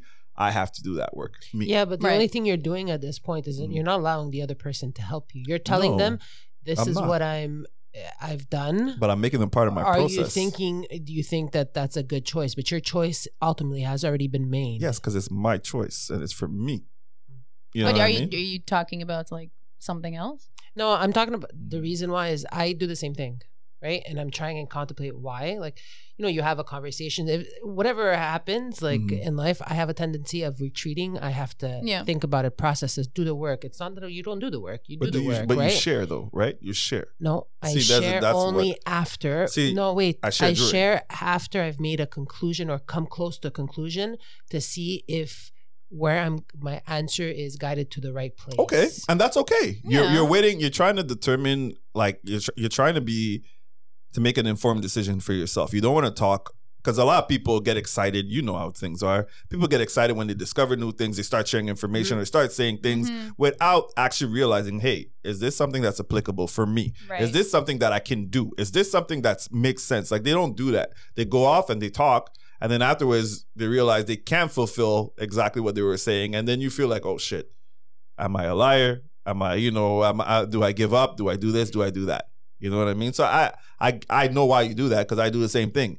I have to do that work. Me. Yeah, but the Right. only thing you're doing at this point is that Mm. you're not allowing the other person to help you. You're telling No, them, "This I'm is not. what I'm, eh, I've done." But I'm making them part of my Are process. you thinking? Do you think that that's a good choice? But your choice ultimately has already been made. Yes, because it's my choice and it's for me. You know but what are I you mean? are you talking about like something else? No, I'm talking about the reason why is I do the same thing, right? And I'm trying and contemplate why. Like, you know, you have a conversation. If, whatever happens, like Mhm. in life, I have a tendency of retreating. I have to Yeah. think about it, process it, do the work. It's not that you don't do the work. You but do the you, work, but right? you share though, right? You share. No, I See, that's- share that's what- only after. See, no, wait. I I, shared during. share after I've made a conclusion or come close to a conclusion to see if where I'm my answer is guided to the right place. Okay, and that's okay. You're Yeah. you're waiting. You're trying to determine, like you're tr- you're trying to be to make an informed decision for yourself. You don't want to talk because a lot of people get excited. You know how things are. People get excited when they discover new things. They start sharing information or start saying things Mhm. without actually realizing, hey, is this something that's applicable for me? Right. Is this something that I can do? Is this something that makes sense? Like they don't do that. They go off and they talk, and then afterwards they realize they can't fulfill exactly what they were saying, and then you feel like, oh shit, am I a liar? Am I, you know, am I, do I give up? Do I do this? Do I do that? You know what I mean? So I, I, I know why you do that because I do the same thing.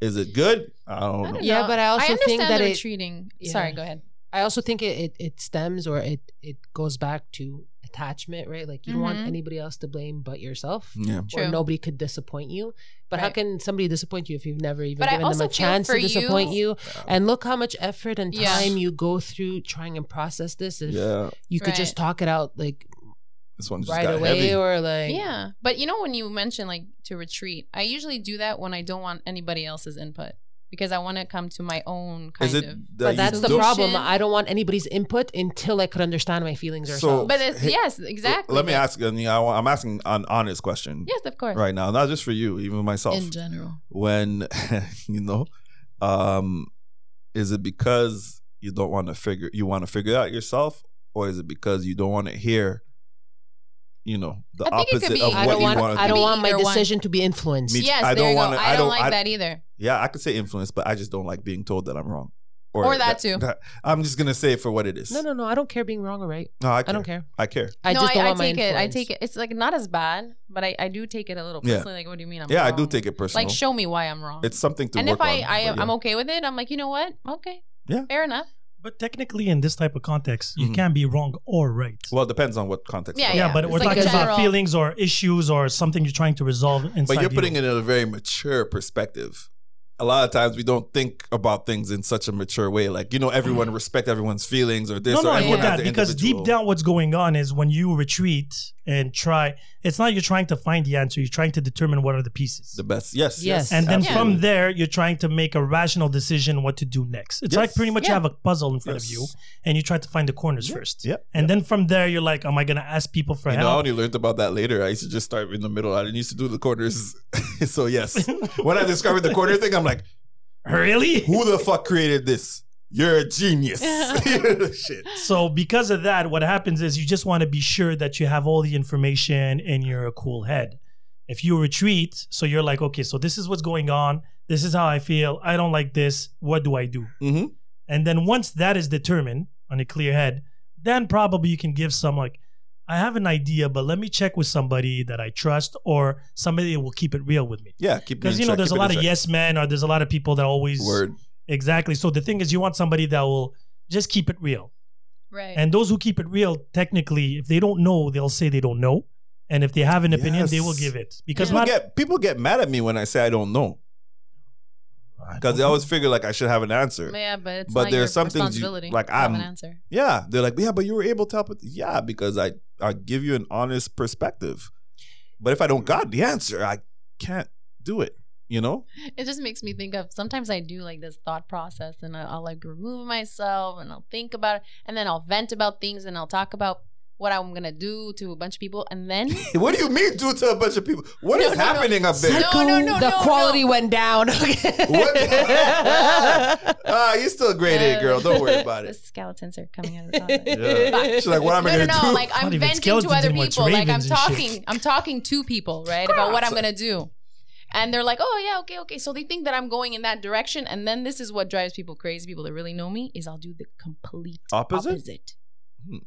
Is it good? I don't I know. don't Yeah, know. but I also I think understand that the it- retreating. Yeah. Sorry, go ahead. I also think it, it it stems or it it goes back to attachment, right? Like you don't want Mhm. anybody else to blame but yourself. Yeah. Or True. nobody could disappoint you. But how Right. can somebody disappoint you if you've never even But I given them also a feel chance for to you- disappoint you? And look how much effort and Yeah. time you go through trying and process this. If Yeah. you could just Right. talk it out like This one just right got away heavy. or like Yeah, but you know when you mention like to retreat, I usually do that when I don't want anybody else's input because I want to come to my own kind Is it of. that But you that's the don't- problem. Solution. I don't want anybody's input until I could understand my feelings or So- something. But it's, Hey, yes, exactly. Let me but- ask. I mean, I, want- I'm asking an honest question Yes, of course. right now, not just for you, even myself. In general. when you know um is it because you don't want to figure you want to figure it out yourself or is it because you don't want to hear you know the I think it could opposite be- of I what don't you want want I to don't do want my Either one. decision to be influenced. Me- Yes, I there don't you go. wanna- I I don't don't- like I- that either. yeah i could say influence but i just don't like being told that i'm wrong Or that too. i'm just gonna say it for what it is No, no, no. I don't care being wrong or right. no i, I don't care. i care I no, just don't I, want I my take it. I influence. take it. It's like not as bad, but I, I do take it a little Yeah. personally. Like, what do you mean? I'm yeah i do wrong? take it personal Um, Like, show me why I'm wrong. it's something to and work if I, on, I but yeah. I'm okay with it, I'm like, you know what? Okay. Yeah. Fair enough. But technically, in this type of context, you Mhm. can be wrong or right. well it depends on what context Yeah, yeah, we're but in. It's we're like talking general- about feelings or issues or something you're trying to resolve inside. but you're putting you. it in a very mature perspective a lot of times we don't think about things in such a mature way. Like you know, everyone respect everyone's feelings or this. No, no, or I everyone get has that their because individual- deep down, what's going on is when you retreat and try, it's not you're trying to find the answer, you're trying to determine what are the pieces. the best. Yes, Yes. yes. and then absolutely. from there, you're trying to make a rational decision what to do next. It's like Yes. pretty much you Yeah. have a puzzle in front of Yes. you and you try to find the corners first. Yep. And then from there, you're like, am I going to ask people for You know, I help? only learned about that later. I used to just start in the middle. I didn't used to do the corners. so yes, when I discovered the corner thing, I'm like, really? who the fuck created this? You're a genius. Shit. So because of that, what happens is you just want to be sure that you have all the information in your cool head. If you retreat, so you're like, okay, so this is what's going on. This is how I feel. I don't like this. What do I do? hmm And then once that is determined on a clear head, then probably you can give some like, I have an idea, but let me check with somebody that I trust or somebody that will keep it real with me. Yeah, keep me Because in you know, check, there's a keep it lot in of check. yes men, or there's a lot of people that always word. exactly. So the thing is, you want somebody that will just keep it real. Right. And those who keep it real, technically, if they don't know, they'll say they don't know. And if they have an opinion, they will Yes. give it. Because People not get people get mad at me when I say I don't know because Uh-huh. they always figure like I should have an answer. yeah, but it's but not there are your some things you- responsibility like, to have I'm- an answer. Yeah, they're like, yeah, but you were able to help. With-. Yeah, because I I give you an honest perspective. But if I don't got the answer, I can't do it. You know, It just makes me think of sometimes I do like this thought process and I- I'll like remove myself and I'll think about it and then I'll vent about things and I'll talk about what I'm gonna do to a bunch of people and then what do you mean do to a bunch of people? What is No, no, no. happening up there? No, no, no, the no, quality no. went down. What? Ah, you're still grade A, girl. Don't worry about the it. skeletons are coming out of the closet. Yeah. She's like, what am I no, no, gonna no. do? Like Not I'm even venting to skeletons other anymore, it's people. Like I'm ravens and shit. talking, I'm talking to people, right, about what I'm gonna do. And they're like, oh yeah, okay, okay. So they think that I'm going in that direction, and then this is what drives people crazy. People that really know me is I'll do the complete Opposite? opposite.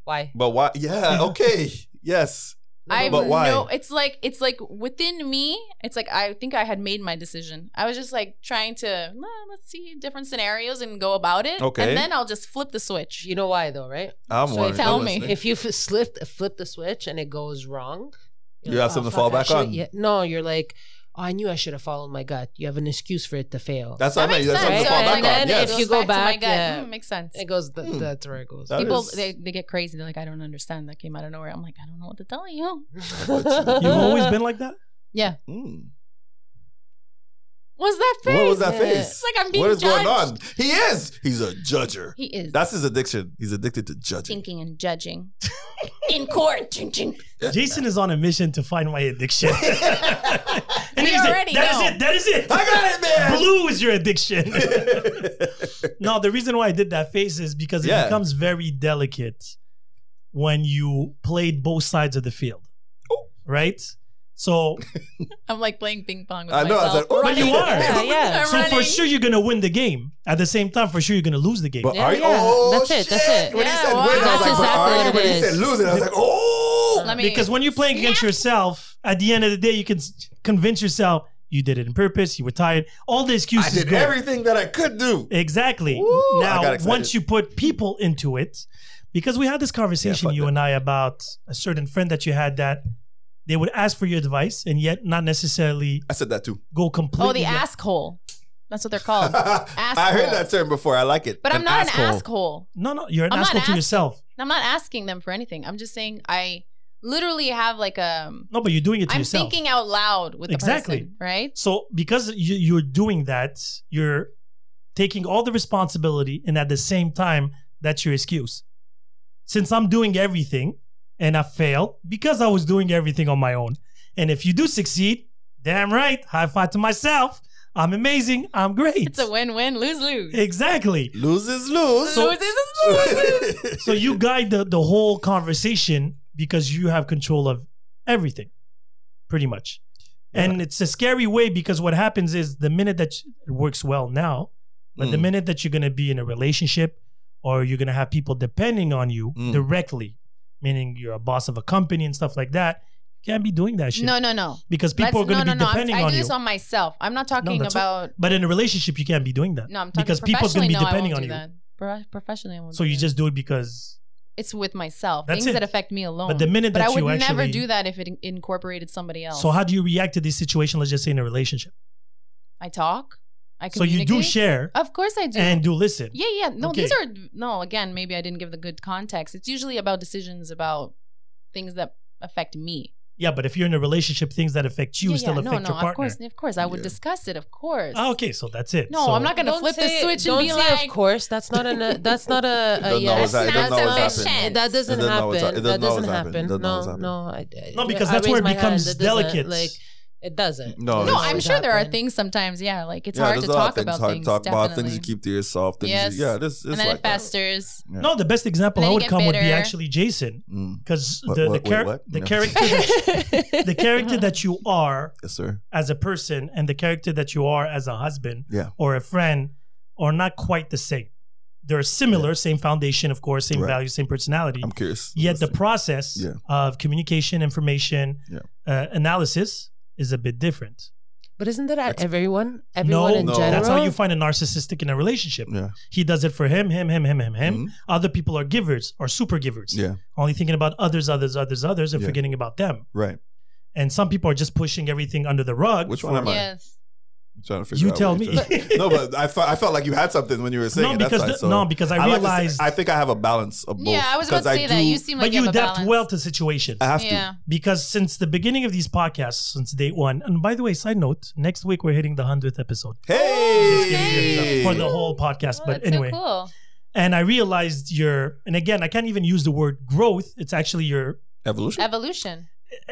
Why? but why? Yeah. Okay. Yes. I But why? No, it's like it's like within me. It's like I think I had made my decision. I was just like trying to well, let's see different scenarios and go about it. Okay. and then I'll just flip the switch. You know why though, right? I'm So wondering. tell I'm me. listening. If you f- slip, flip the switch and it goes wrong, "Oh, You have something to fall back on. Yeah, no, you're like, oh, I knew I should have followed my gut. You have an excuse for it to fail. That's what I That meant. makes That's sense. something to right? fall And back on. then Yes. if you go to my back, gut, yeah. mm, makes sense. it goes. Th- Hmm. That's where it goes. That People is- they, they get crazy. They're like, I don't understand. That came out of nowhere. I'm like, I don't know what to tell you. You've always been like that? Yeah. Mm. What's that face? What was that Yeah. face? It's like I'm being what is judged. going on? He is. He's a judger. He is That's his addiction. He's addicted to judging. thinking and judging in court. Ching, ching. Jason is on a mission to find my addiction. and We he's like, already "That is know." it. That is it. I got it, man. Blue is your addiction. no, the reason why I did that face is because it Yeah. becomes very delicate when you played both sides of the field. Oh. Right? So I'm like playing ping pong with I know. I was like, myself. oh, But you are. Yeah, yeah. I'm so for running. sure you're gonna win the game. At the same time, for sure you're gonna lose the game. But Yeah, are you? yeah. Oh, That's shit. it, that's it. When he Yeah, said wow. win, I was That's like, but are exactly what you? it When he is. said losing, I was like, oh. Let me because when you're playing against yourself, at the end of the day, you can s- convince yourself you did it on purpose. You were tired. All the I excuses. did go. everything that I could do. Exactly. Woo, I got now, excited. once you put people into it, because we had this conversation, fuck you that. and I, about a certain friend that you had that they would ask for your advice and yet not necessarily I said that too. go completely. oh, the asshole. That's what they're called. I heard that term before. I like it. Oh, But I'm not an asshole. No, no, you're an I'm not asshole to asking. yourself. I'm not asking them for anything. I'm just saying I literally have like a. No, but you're doing it to I'm yourself. thinking out loud with the Exactly. person, right? so because you, you're doing that, you're taking all the responsibility, and at the same time, that's your excuse. Since I'm doing everything and I fail because I was doing everything on my own. And if you do succeed, damn right, high five to myself. I'm amazing. I'm great. It's a win-win, lose-lose. exactly. Lose is lose. Lose is lose. So you guide the, the whole conversation because you have control of everything, pretty much. And it's a scary way because what happens is the minute that you- it works well now, but the Mm. minute that you're going to be in a relationship or you're going to have people depending on you Mm. directly, meaning you're a boss of a company and stuff like that, you can't be doing that shit No, no, no. because people are Let's- going to no, be no, no. depending I'm, I on do you. this on myself. I'm not talking that's about. but in a relationship, you can't be doing that No, I'm talking because people's going professionally. to be no, I depending won't on do you. That. Pro- professionally, I won't. So do you that. just do it because it's with myself. That's things it. that affect me alone. But the minute but that I would you never actually- do that if it in- incorporated somebody else. So how do you react to this situation? Let's just say in a relationship. I talk. I So you do communicate. share Of course I do. and do listen. yeah, yeah. No, Okay. these are no. Again, maybe I didn't give the good context. It's usually about decisions about things that affect me. Yeah, but if you're in a relationship, things that affect you yeah, still yeah. affect no, no, your Of partner. course, of course, I would Yeah. discuss it. Of course. Ah, okay, so that's it. No, So- I'm not gonna Don't flip the say- switch and don't be say, like, of course. That's not an. uh, that's not a. a Don't know yes. what's hap- don't That's know what's not- happening. That doesn't It doesn't know happen. what's hap- it that doesn't know doesn't what's happening. happen. It doesn't know No, what's no. I, I- No, I- because I that's where raise it my becomes hand. It doesn't, delicate. Like it doesn't. No, It it's- no, doesn't I'm sure there are happen. things sometimes. Yeah, like it's Yeah, hard there's to a lot of talk about hard to things. talk about definitely. things you keep to yourself. Things Yes. you, yeah, this this and then like it that. festers. Yeah. No, the best example Then I you would get come would be bitter. actually Jason, Mm. because What- the what- the, wait, char- what? the No. character that, the character that you are Yes, sir. as a person and the character that you are as a husband Yeah. or a friend are not quite the same. They're similar, same foundation, of course, same Right. values, same personality. I'm curious. Yet the Listen. process Yeah. of communication, information, Yeah. uh, analysis is a bit different. But isn't that at That's- everyone? Everyone in No. general. That's how you find a narcissistic in a relationship. yeah, He does it for him, him, him, him, him, him. Mhm. Other people are givers or super givers, yeah, only thinking about others, others, others, others, and Yeah. forgetting about them. right. And some people are just pushing everything under the rug. Which one am I? Yes. I'm trying to figure You out tell what me. you're trying- no, but I felt I felt like you had something when you were saying no, it. because That's why, the- so no, because I, like to say- realized, I think I have a balance of both. Yeah, I was about to because say do- that. You seem like but you have a adapt balance. well to situations. I have Yeah. because since the beginning of these podcasts, since day one, and by the way, side note, next week we're hitting the hundredth episode to. Hey, for the whole podcast. Oh, but that's anyway, so cool. and I realized your, and again, I can't even use the word growth. It's actually your evolution. Evolution.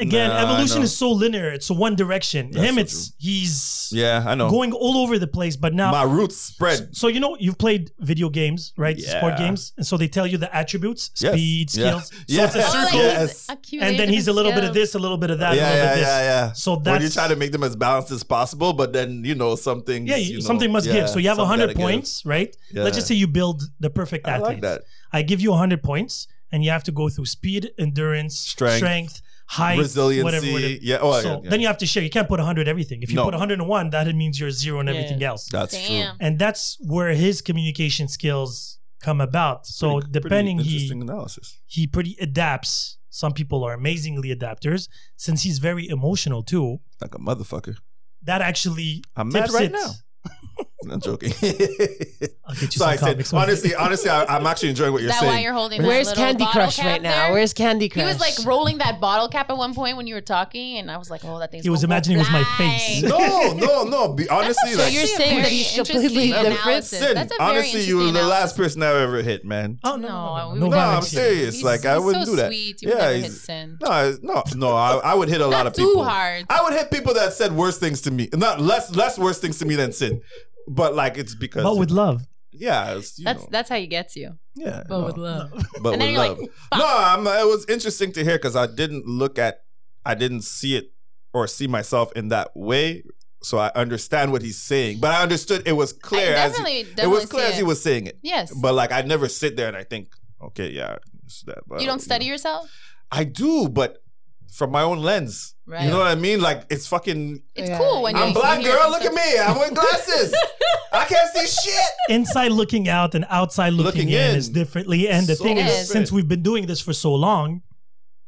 again Nah, I evolution know. is so linear. It's one direction. That's Him, so it's he's Yeah, I know. going all over the place. But now, My roots spread. so you know, you've played video games, right? Sport Yeah. games, and so they tell you the attributes, Yes. speed, Yeah. skills. Yeah. So it's a Oh, circle. yeah. Yes. Accumulated And then he's a little bit of skills. this, a little bit of that, Yeah, a little yeah, bit of this. yeah, yeah. So When that's you try to make them as balanced as possible, but then you know something. yeah, you, something must give. So you have 100 points, right? Let's just say you build the perfect I athlete. like that. I give you 100 points, and you have to go through speed, endurance, strength, Strength. height, Resiliency. whatever. whatever. Yeah. Oh, yeah, so yeah. then you have to share. You can't put 100 everything. If you No. put 101, that means you're zero and Yeah. everything else. That's Damn. true. And that's where his communication skills come about. So Pretty- pretty depending, he interesting analysis. he pretty adapts. Some people are amazingly adapters. Since he's very emotional too, Like a motherfucker. that actually I'm mad tips right it. now. I'm joking. I'll get you Sorry, some Sid. comics. one day. honestly, honestly, I, I'm actually enjoying what Is you're that why saying. you're holding? Where's that little Candy bottle Crush cap right now? there? Where's Candy he Crush? was like rolling that bottle cap at one point when you were talking, and I was like, "Oh, that thing's." He was gonna go imagining it was my flying. face. no, no, no. Be, honestly, So like, actually you're a saying that very he's interesting completely different? analysis. Sid, That's a very honestly, you interesting were the analysis. last person I ever hit, man. Oh no, No, no, no, we no, would No, I'm violence here. serious. He's- like, I he's wouldn't so do that. sweet. You would yeah, never hit he's- Sin. no, it's- no, no. I, I would hit a lot Not of too people. hard. I would hit people that said worse things to me. Not less, less worse things to me than Sid. But like, it's because. But with love. yeah, it's, you That's know, that's how he gets you. yeah, But no. with love. but And with then you're love. like, no, I'm, it was interesting to hear because I didn't look at, I didn't see it or see myself in that way. So I understand what he's saying, but I understood it was clear. I as definitely, he, definitely it was clear see as he it. was saying it. Yes. But like, I never sit there and I think, okay, yeah, it's that. But you don't study yourself. I do, but from my own lens. Right. You know what I mean? Like it's fucking. It's Yeah. cool when I'm you black hear girl. from Look at some- me. I'm wearing glasses. I can't see shit. Inside looking out and outside looking, Looking in, in. is differently. And the So thing is, different. since we've been doing this for so long,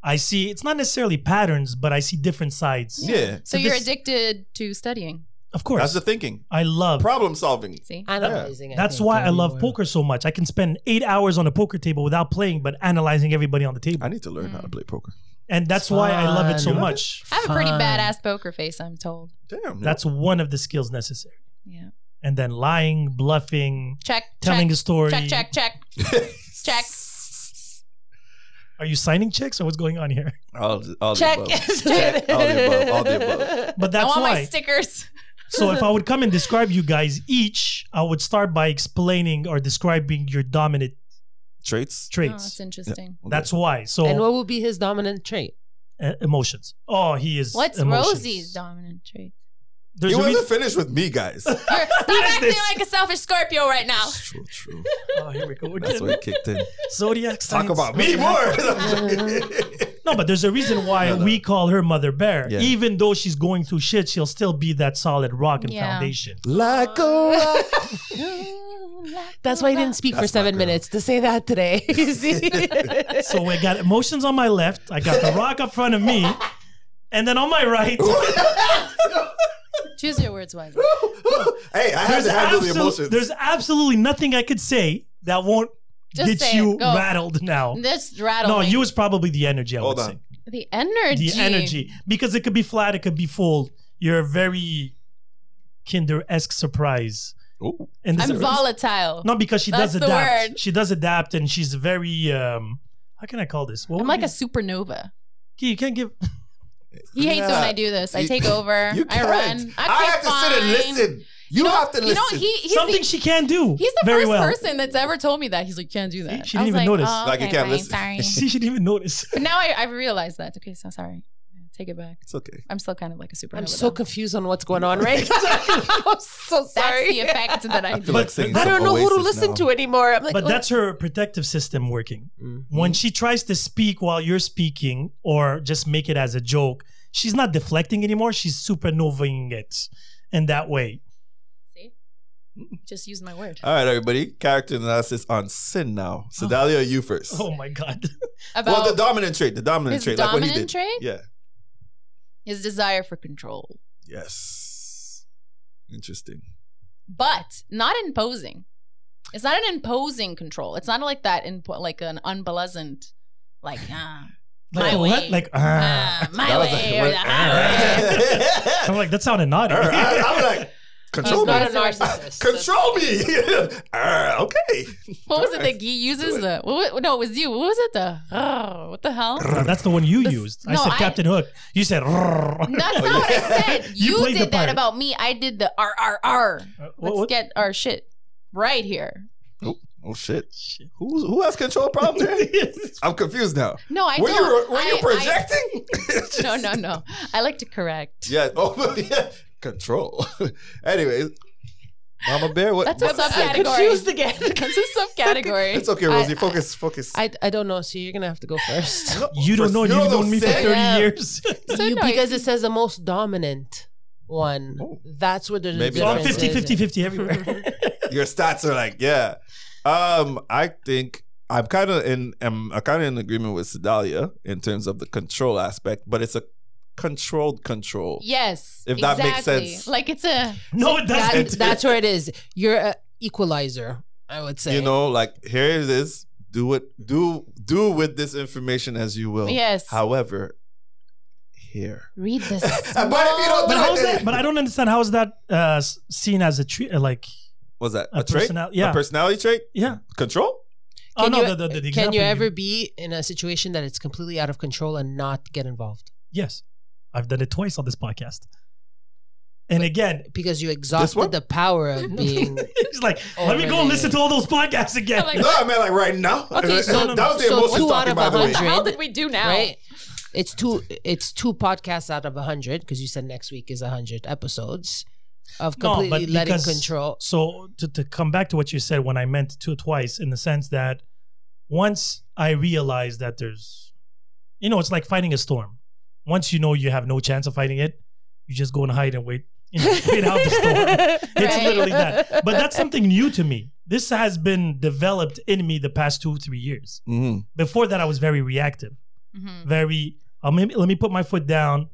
I see it's not necessarily patterns, but I see different sides. Yeah, So, So you're this- addicted to studying. Of course. that's the thinking. I love. Problem solving. See, analyzing. I That's think, why I love everywhere. poker so much. I can spend eight hours on a poker table without playing, but analyzing everybody on the table. I need to learn how to Mm. play poker. And that's why I love it so Fun. much. I have a pretty Fun. badass poker face. I'm told. Damn. That's one of the skills necessary. Yeah. And then lying, bluffing, Check. telling check, a story. Check. Check. Check. check. Are you signing checks or what's going on here? All, all Check. The above. Check. All the above. All the above. But I that's want why. my stickers. So if I would come and describe you guys each, I would start by explaining or describing your dominant Traits. Oh, that's traits. interesting. Okay. that's why. So And what would be his dominant trait? uh, emotions. Oh, he is. What's emotions. Rosie's dominant trait? There's He a wasn't reason- finished with me, guys. You're, stop acting this? like a selfish Scorpio right now. It's true, true. oh, here we go. We're That's getting- where it kicked in. Zodiac. Talk signs. about me more. I'm joking. No, but there's a reason why No, no. we call her Mother Bear. Yeah. Even though she's going through shit, she'll still be that solid rock and Yeah. foundation. like a rock. That's why he didn't speak for That's my seven girl. minutes to say that today. You see? So I got emotions on my left. I got the rock up front of me. And then on my right, Choose your words wisely. hey, I had to handle the absolu- emotions. there's absolutely nothing I could say that won't Just get say you it. Go. rattled now. This No, rattle. you was probably the energy. I Hold would on. say the energy. the energy because it could be flat, it could be full. You're very Kinder-esque surprise. Ooh. And I'm volatile. Not because she That's does the adapt. word. She does adapt, and she's very. um How can I call this? What I'm would like be- a supernova. you can't give. He hates Yeah. when I do this. I You- take over. You I can't. run. I, I have to sit and can't find- listen. You, know- have to listen. You know, he, he's Something the, she can do. he's the very first well. person that's ever told me that. He's like, can't do that. she I didn't was even notice. Oh, Like, you okay, can't fine, listen. Sorry. She didn't even notice. But now I, I realized that. Okay, so sorry. Take it back. it's okay. I'm still kind of like a supernova. I'm so though. confused on what's going on right now. I'm so That's sorry. the effect that I I do. feel like singing I don't some know who to Oasis listen now. to anymore. I'm like, But oh. that's her protective system working. Mhm. Mm-hmm. When she tries to speak while you're speaking or just make it as a joke, she's not deflecting anymore. She's supernovaing it in that way. See? Just use my word. All right, everybody. Character analysis on sin now. So Dalia, you first. Oh my God. Oh. About well, the dominant trait. The dominant his trait. like what he did. dominant trait, Yeah. his desire for control, Yes. Interesting. but not imposing. It's not an imposing control. It's not like that, impo- like an unpleasant, like, ah, Like My what? way. Like, ah. ah, my That was way like, or what- the highway. I'm like, that sounded naughty. Arr, I- I'm like, control He's me. not a That's- narcissist. Control me. Arr, okay. What was it that Guy uses? The what, wa- no, it was you. What was it? The oh, what the hell? No, That's the one you used. I no, said I- Captain Hook. You said. Oh, That's not what I said. You You, played the did that part. about me. I did the R R R. Uh, What- Let's what- get our shit right here. Oh, oh shit. Who who has control problems here? I'm confused now. No, I were don't. you were I- you I- projecting? no, no, no. I like to correct. Yeah. Oh yeah. Control. Anyways, Mama Bear. What? That's a what- I'm subcategory. confused again. That's a subcategory. It's okay, Rosie. I- focus. Focus. I, I don't know, so you're gonna have to go first. No, You don't first- know. You've what known I'm me for saying? 30 Yeah. years. So you, no, because it's- it says the most dominant one. Oh. That's where the Maybe So I'm difference 50, is. 50, 50 everywhere. Your stats are like yeah. Um, I think I'm kind of in. I'm kind of in agreement with Sedalia in terms of the control aspect, but it's a controlled control. yes. If that makes exactly. sense. Like it's a no, it That, doesn't. that's where it is. You're an equalizer, I would say. You know, like here it is. Do it. Do do with this information as you will. yes. However, here. Read this. But if you don't but do how's it, that? eh, But I don't understand. How is that uh, s- seen as a treat? Like, What's that? A A, trait? personal- yeah. A personality trait? yeah. Control? oh Can no, the, you- the, the Can example you ever be in a situation that it's completely out of control and not get involved? Yes, I've done it twice on this podcast. And again, Because you one? exhausted the power of being. it's like, Oh, let me go and Overly- listen to all those podcasts again. I'm like, No, I meant like right now. Okay, so- that was the so emotions two talking, out of by the way. what the hell did we do now? Right? It's two it's two podcasts out of 100 because you said next week is 100 episodes of No, completely letting because- control. So to, to come back to what you said, when I meant to twice, in the sense that once I realize that there's, you know, it's like fighting a storm. Once you know you have no chance of fighting it, you just go and hide and wait, you know, wait out the storm. It's Right. literally that. But that's something new to me. This has been developed in me the past two, three years. Mhm. Before that, I was very reactive, Mhm. very, um, let me- let me put my foot down,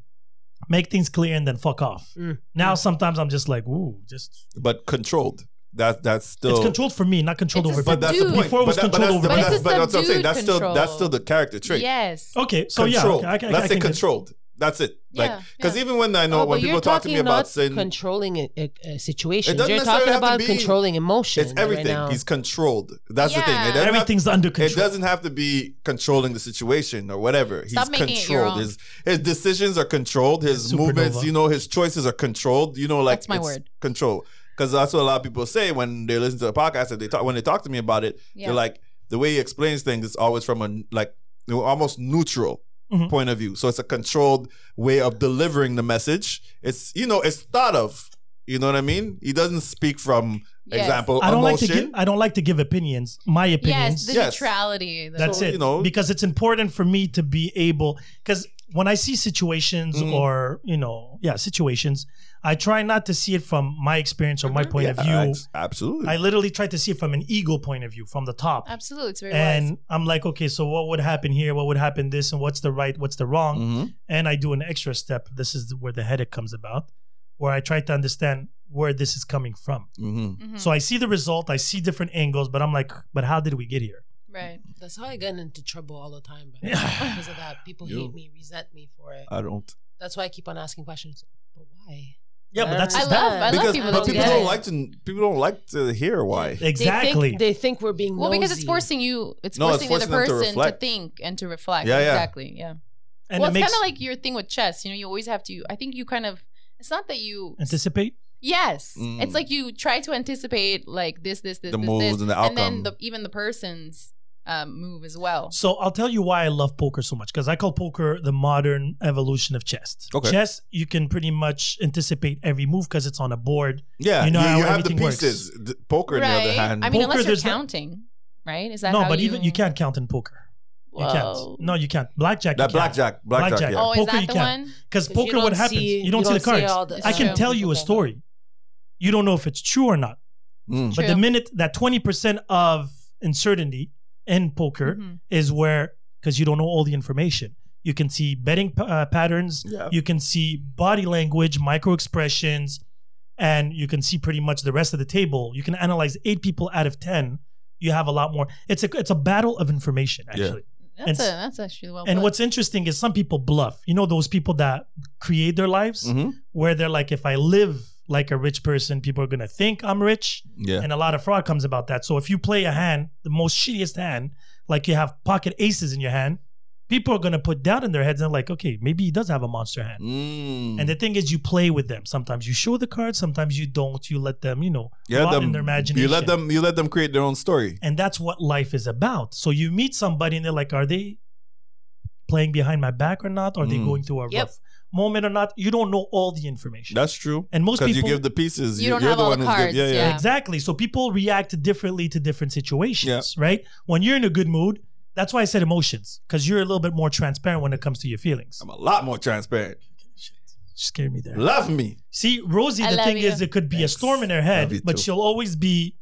make things clear, and then fuck off. Mm. Now, sometimes I'm just like, ooh, just. But controlled. That that's still it's controlled for me, not controlled It's a over. But that's the Dude. point. Before it was but that- but controlled that's- over But that's, people. but that's what I'm saying. Subdued That's still that's still the character trait. Yes. Okay, so controlled. yeah, okay, I, I, Let's I say can get- controlled. That's it. Like, Yeah, because yeah. even when I know Oh, when but you're people talk to me talking about not sin, controlling a, a, a situation. doesn't You're necessarily talking have to about be- controlling emotions. it's Right everything. now. He's controlled. That's the thing. It Yeah. doesn't have to Everything's under control. It doesn't have to be controlling the situation or whatever. Stop He's making it your controlled. own. His his decisions are controlled. His Supernova. movements, you know, his choices are controlled. You know, like That's my it's word. Control, because that's what a lot of people say when they listen to the podcast. If they talk, when they talk to me about it, Yeah. they're like, the way he explains things is always from a like almost neutral Mhm. point of view. So it's a controlled way of delivering the message. It's you know, it's thought of. You know what I mean? He doesn't speak from Yes. example I don't like to emotion. give. I don't like to give opinions. My Yes, opinions. the Yes. neutrality. the- that's So, it. you know- because it's important for me to be able. Because when I see situations Mhm. or you know, yeah, situations, I try not to see it from my experience or my point of Mm-hmm. Yeah, view. ex- absolutely. I literally try to see it from an ego point of view, from the top. Absolutely, it's very wise. And I'm like, okay, so what would happen here? What would happen this? And what's the right? What's the wrong? Mhm. and I do an extra step. This is where the headache comes about. where I try to understand where this is coming from. Mm-hmm. Mhm. So I see the result, I see different angles, but I'm like, but how did we get here? right. That's how I get into trouble all the time. But Yeah. because of that, people You- hate me, resent me for it. I don't. That's why I keep on asking questions. But why? Yeah, but that's I just love, that. I love because people. but that people get don't it. like to people don't like to hear why. exactly. They think, they think we're being Well, because it's nosy. forcing you, it's No, it's forcing the other forcing them to person to, reflect. think and to reflect. Yeah, yeah. exactly. Yeah. and well, it it's makes kind of like your thing with chess. You know, you always have to. I think you kind of. It's not that you. anticipate. Yes, Mm. it's like you try to anticipate like this, this, this, The this, moves this, and the outcome. then the, even the person's um, move as well. So I'll tell you why I love poker so much because I call poker the modern evolution of chess. Okay. Chess, you can pretty much anticipate every move because it's on a board. Yeah, You know how have the everything works. pieces. The poker, on the other hand, I mean, Poker, unless you're there's that- counting, right? Is that no, how but you... even you can't count in poker. You Whoa. can't. No, you can't. Blackjack. that you can't. blackjack, blackjack, Blackjack. yeah. Oh, is Poker, that you the can't. one? Because 'Cause poker, you don't what happens? see- you don't you see the don't see cards. all the- I can True. tell you a story. You don't know if it's true or not. Oh, Mm. But the True. minute that 20% of uncertainty in poker Mhm. is where, because you don't know all the information, you can see betting p- uh, patterns, Yeah. you can see body language, micro expressions, and you can see pretty much the rest of the table. You can analyze eight people out of 10. You have a lot more. It's a it's a battle of information Yeah. actually. That's, a, And- that's actually well And put. what's interesting is some people bluff. You know those people that create their lives Mhm. where they're like, if I live like a rich person, people are gonna think I'm rich Yeah. and a lot of fraud comes about that. So if you play a hand, the most shittiest hand, like you have pocket aces in your hand, people are gonna put doubt in their heads and like, okay, maybe he does have a monster hand. Mm. And the thing is, you play with them. Sometimes you show the cards, sometimes you don't. You let them, you know, you let rot them, in their imagination. you let them, you let them create their own story. and that's what life is about. So you meet somebody, and they're like, are they playing behind my back or not? Are they Mm. going through a Yep. rough moment or not? You don't know all the information. That's true. and most Because you people give the pieces. You You're don't you're have all the who's give- cards, Yeah, yeah. yeah. Exactly. So people react differently to different situations, right? When you're in a good mood, that's why I said emotions, because you're a little bit more transparent when it comes to your feelings. I'm a lot more transparent. Scare me there. Love me. See, Rosie, I the love thing you. is, it could be Thanks. a storm in her Love you head, but too. she'll always be.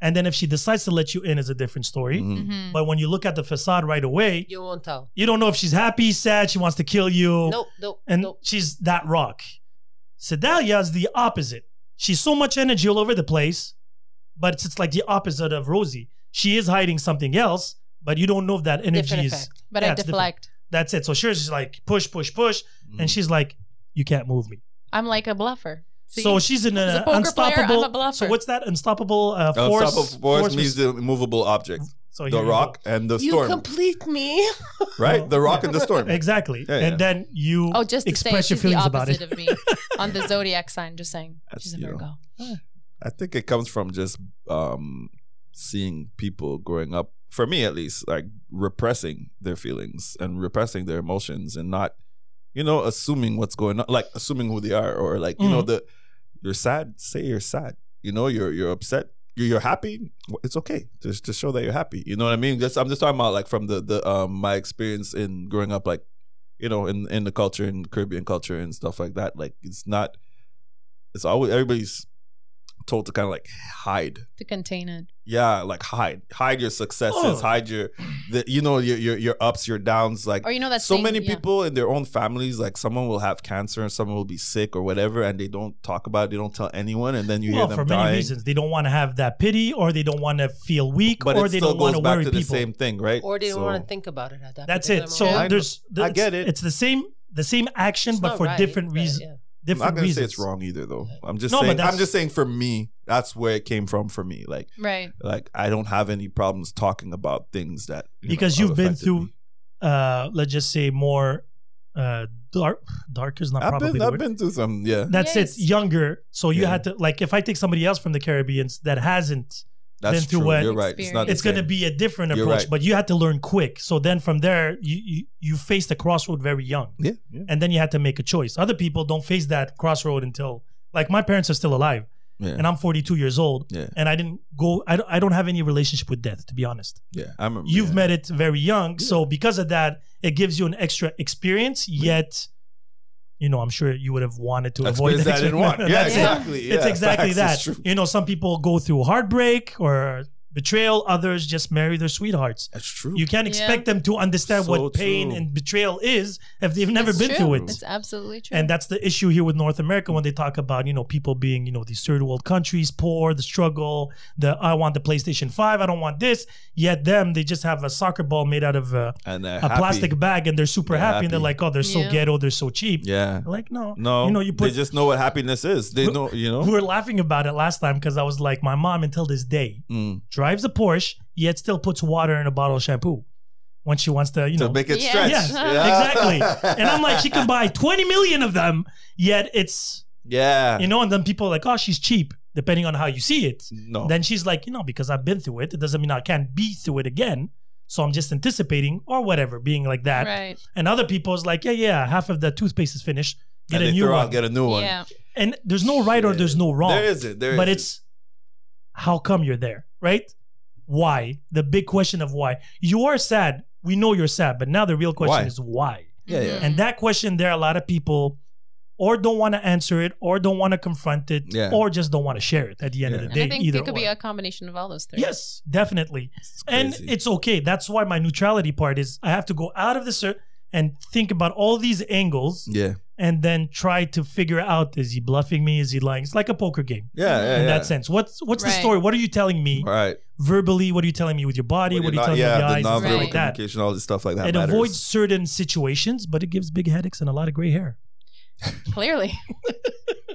And then if she decides to let you in, is a different story. Mhm. Mhm. But when you look at the facade right away, You won't tell. you don't know if she's happy, sad, she wants to kill you, Nope, nope, and nope. she's that rock. Sedalia is the opposite. She's so much energy all over the place, but it's, it's like the opposite of Rosie. She is hiding something else, but you don't know if that energy Different is. effect. But Yeah, I it's different. deflect. That's it. So she's just like push, push, push, Mm-hmm. and she's like, "You can't move me." I'm like a bluffer. See? So she's in As a an poker player, I'm unstoppable. a bluffer. So what's that unstoppable uh, Uh, force? top of force means res- Oh, the immovable object, so the here you go. rock and the You storm, complete me. right? The rock and the storm. Exactly, Yeah, yeah. and then you oh, just to say, express your she's the feelings about opposite it. of me on the zodiac sign. Just saying, That's- she's a you know. Virgo. I think it comes from just um, seeing people growing up, for me at least, like repressing their feelings and repressing their emotions and not, you know, assuming what's going on, like assuming who they are, or like you know, the you're sad, say you're sad. You know, you're you're upset, you're, you're happy. It's okay just to show that you're happy. You know what I mean? Just I'm just talking about like from the the um, my experience in growing up, like you know, in in the culture in Caribbean culture and stuff like that. Like it's not. It's always everybody's told to kind of like hide. To contain it. Yeah, like hide, hide your successes, Oh. hide your, the, you know, your your your ups, your downs. Like Or you know that so saying- many yeah. people in their own families, like someone will have cancer and someone will be sick or whatever, and they don't talk about it, they don't tell anyone, and then you well, hear for them many dying. reasons, they don't want to have that pity, or they don't want to feel weak, but or it they still don't want goes to back worry to the people. same thing, right? Or they don't So- want to think about it at that That's it. So particular moment. I there's, know. I it's- get it. It's the same, the same action, It's but not for right, different but reasons. yeah. I'm not Different gonna reasons. say it's wrong either, though. I'm just No, but saying. I'm that's- just saying for me, that's where it came from for me. Like, Right. like I don't have any problems talking about things that you know, Because have you've been affected through me. Uh, let's just say more uh, dark. Dark is not I've probably been, the I've word. been through some. Yeah, That's Yes. it. Younger, so you Yeah. had to like. If I take somebody else from the Caribbean that hasn't, that's Been through true. what? You're right. It's not. the it's going to same. be a different You're approach. right. But you had to learn quick. So then from there, you you, you faced a crossroad very young. Yeah, yeah. and then you had to make a choice. Other people don't face that crossroad until like my parents are still alive Yeah. and I'm 42 years old Yeah. and I didn't go I don't, I don't have any relationship with death to be honest. Yeah, I remember. You've yeah. met it very young so because of that it gives you an extra experience yet you know I'm sure you would have wanted to avoid Experience that that I didn't want. Yeah, That's it. exactly. It's yeah, exactly facts, it's that. true. You know some people go through heartbreak or Betrayal, others just marry their sweethearts. That's true. You can't expect them to understand So what pain true. and betrayal is if they've never It's been true. through it. It's absolutely true. And that's the issue here with North America when they talk about, you know, people being, you know, these third world countries, poor, the struggle, the I want the PlayStation 5, I don't want this. Yet them, they just have a soccer ball made out of uh, and they're a happy. plastic bag and they're super They're happy, and they're happy. like, oh, they're so Yeah. ghetto, they're so cheap. Yeah. Like, no. No. You know, you put they just know what happiness is. They know, you know. we were laughing about it last time because I was like, my mom until this day Mm. drives a Porsche, yet still puts water in a bottle of shampoo when she wants to, you to know, make it Yeah. stretch. Yeah, exactly. and I'm like, she can buy 20 million of them, yet it's, yeah. you know, and then people are like, oh, she's cheap, depending on how you see it. no. Then she's like, you know, because I've been through it, it doesn't mean I can't be through it again. So I'm just anticipating or whatever, being like that. right. And other people's like, yeah, yeah, half of the toothpaste is finished. Get and a they new throw one. out, get a new one. Yeah. and there's no right or Shit. there's no wrong There isn't. There but isn't. it's how come you're there, right? Why? The big question of why. You are sad. We know you're sad, but now the real question Why? is why. Yeah, yeah. Mhm. And that question, there are a lot of people or don't want to answer it, or don't want to confront it, Yeah. or just don't want to share it at the end Yeah. of the And day. I think either it could or. be a combination of all those things. yes, definitely. It's And crazy. it's okay. That's why my neutrality part is I have to go out of the cir- and think about all these angles yeah. and then try to figure out is he bluffing me? Is he lying? It's like a poker game Yeah, yeah, in yeah. that sense. What's what's the Right. story? What are you telling me? Right. verbally, what are you telling me with your body? What, When are you you're not- telling yeah, me with the your eyes? and nonverbal stuff Right. like that. communication, all this stuff like that It matters. avoids certain situations, but it gives big headaches and a lot of gray hair. Clearly.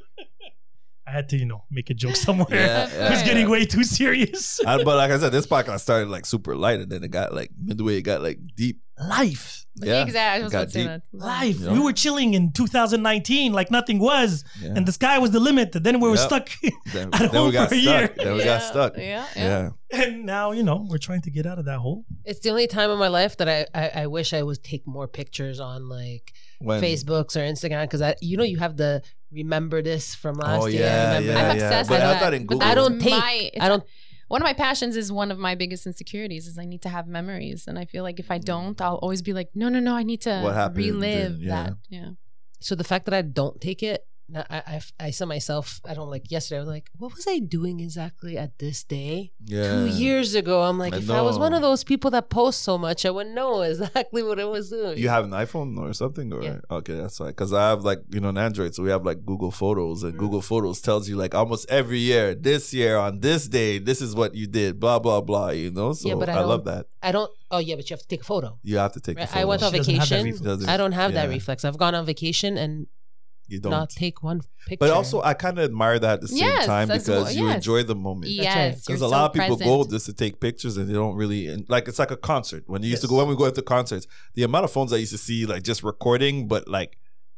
I had to, you know, make a joke somewhere. Yeah, It was yeah, getting yeah. way too serious. I- but like I said, this podcast started like super light, and then it got like midway, it got like deep. Life. Yeah, Exactly. I was Got going to say deep. that. Life. Yeah. We were chilling in 2019 like nothing was, yeah. and the sky was the limit. And then we were Yeah. stuck. then, at then home we got for a stuck. year. Then we Yeah, got stuck. Yeah. Yeah. Yeah, and now, you know, we're trying to get out of that hole. It's the only time in my life that I, I, I wish I would take more pictures on like when Facebooks or Instagram because I you know you have the remember this from last Oh year. yeah, remember yeah, that. I'm yeah. obsessed But with I that. thought in But Google, I don't It's take. my- I don't. One of my passions is one of my biggest insecurities is I need to have memories. And I feel like if I don't, I'll always be like, no, no, no, I need to Mm. What happened relive and- yeah. that. Yeah. So the fact that I don't take it, no, I I, I saw myself. I don't like yesterday. I was like, what was I doing exactly at this day? yeah, Two years ago, I'm like, I if I was know. one of those people that post so much, I would know exactly what I was doing. You have an iPhone or something, or Yeah. okay, that's right. Because I have like you know an Android, so we have like Google Photos, Mm. and Google Photos tells you like almost every year, this year on this day, this is what you did, blah blah blah. You know, so Yeah, but I I, love don't- that. I don't. Oh yeah, but you have to take a photo. You have to take. Right? The I went photos. on She doesn't have that vacation. reflex. I don't have that Yeah. reflex. I've gone on vacation and You don't. not take one picture. but also, I kind of admire that at the same Yes, time that's because what- you yes. enjoy the moment. right. Yes. Because you're a so lot of people go present. just to take pictures and they don't really and like it's like a concert. When you used to Yes. go when we go to concerts, the amount of phones I used to see like just recording, but like,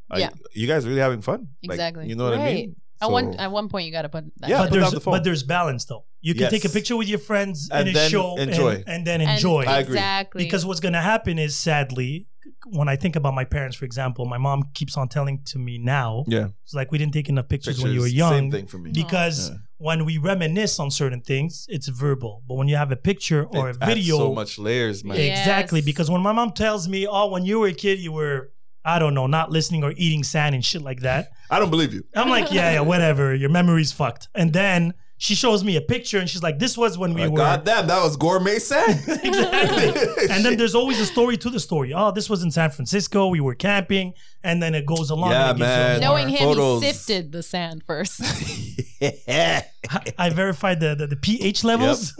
are Yeah. you, you guys really having fun? Like, Exactly. you know what I Right. mean? At one So- at one point, you got to put that. Yeah, but, put down there's, the phone. but there's balance, though. You can Yes. take a picture with your friends And in a then show and- enjoy. And, then And- enjoy. I agree. Exactly. Because what's going to happen is, sadly, when I think about my parents, for example, my mom keeps on telling to me now, Yeah, it's like we didn't take enough pictures, pictures. when you were young Same thing for me. because Yeah. when we reminisce on certain things, it's verbal. But when you have a picture or It a adds video, so much layers, man. Yeah. exactly. Yes. Because when my mom tells me, "Oh, when you were a kid, you were." I don't know, not listening or eating sand and shit like that. I don't believe you. I'm like, yeah, yeah, whatever. Your memory's fucked. And then she shows me a picture and she's like, this was when we Like, were. Uh, God damn, that was gourmet sand. Exactly. and then there's always a story to the story. Oh, this was in San Francisco. We were camping, and then it goes along. Yeah, and it gives you man. more. knowing him, Photos. he sifted the sand first. I- I verified the the, the pH levels.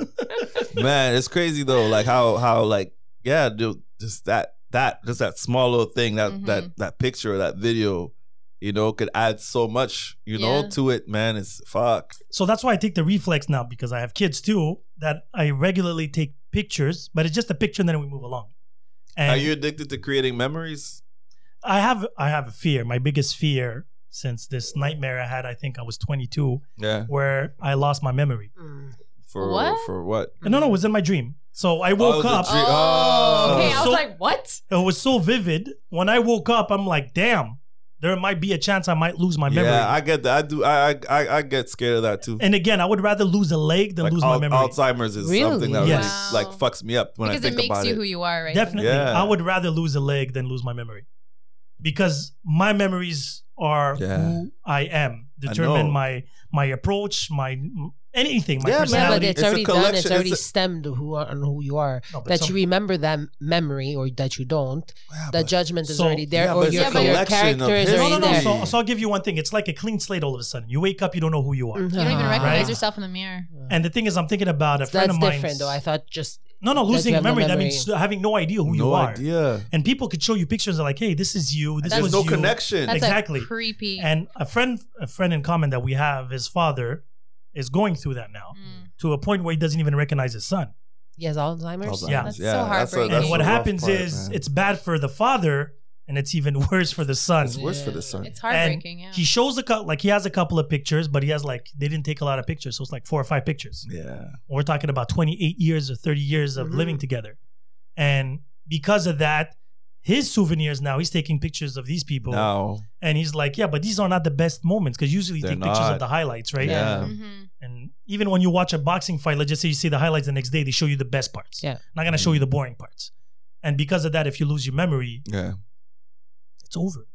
man it's crazy though like how how like yeah dude, just that that just that small little thing that Mm-hmm. that that picture that video you know could add so much you know Yeah. to it man it's fuck so that's why I take the reflex now because I have kids too. That I regularly take pictures, but it's just a picture, and then we move along. And are you addicted to creating memories I have I have a fear. My biggest fear since this nightmare I had. I think I was 22, yeah where I lost my memory. Mm. for What? for what No, no, it was in my dream. So I woke the up. dream- Oh. okay. I was So- like, what? it was so vivid. When I woke up, I'm like, damn, there might be a chance I might lose my memory. yeah i get that i do i I- i, I get scared of that too and again, I would rather lose a leg than like lose al- my memory. alzeimer's is Really? something that Yes. really like fucks me up when because i it think makes about you it who you are, right? Definitely. Yeah. I would rather lose a leg than lose my memory because my memories are Yeah. who I am, I determine know. my my approach, my anything, my Yeah, man. Yeah, but personality. it's, It's a already done. It's collection. already It's a- stemmed who are and who you are. No, but that some- you remember that memory or that you don't. Yeah, That Ah, but- judgment is So- already there, Yeah, or but it's your, a your collection of character is history. already no, no, no. there. So, so I'll give you one thing. It's like a clean slate all of a sudden. You wake up, you don't know who you are. Mhm. You don't even Ah. recognize Uh-huh. Right. yourself in the mirror. And the thing is, I'm thinking about a friend That's of mine. different, though. I thought just no, no, that you losing have no memory. That memory. means having no idea who you no are. idea. And people could show you pictures and like, hey, this is you. This There's was no you. connection. That's Exactly. a creepy. And a friend, a friend in common that we have, his father is going through that now Mm. to a point where he doesn't even recognize his son. he has Alzheimer's. Yeah. That's so heartbreaking. and That's what the rough happens part, is man. it's bad for the father and it's even worse for the son. it's worse for the son. It's And heartbreaking. yeah. he shows a couple, like he has a couple of pictures, but he has like they didn't take a lot of pictures, so it's like four or five pictures. Yeah. We're talking about 28 years or 30 years of Mhm. living together, and because of that, his souvenirs now he's taking pictures of these people, Now, and he's like, yeah, but these are not the best moments because usually you They're take pictures not. of the highlights, right? yeah. Mhm. And even when you watch a boxing fight, let's just say you see the highlights the next day, they show you the best parts. Yeah. Not gonna show you the boring parts. And because of that, if you lose your memory, Yeah. it's over.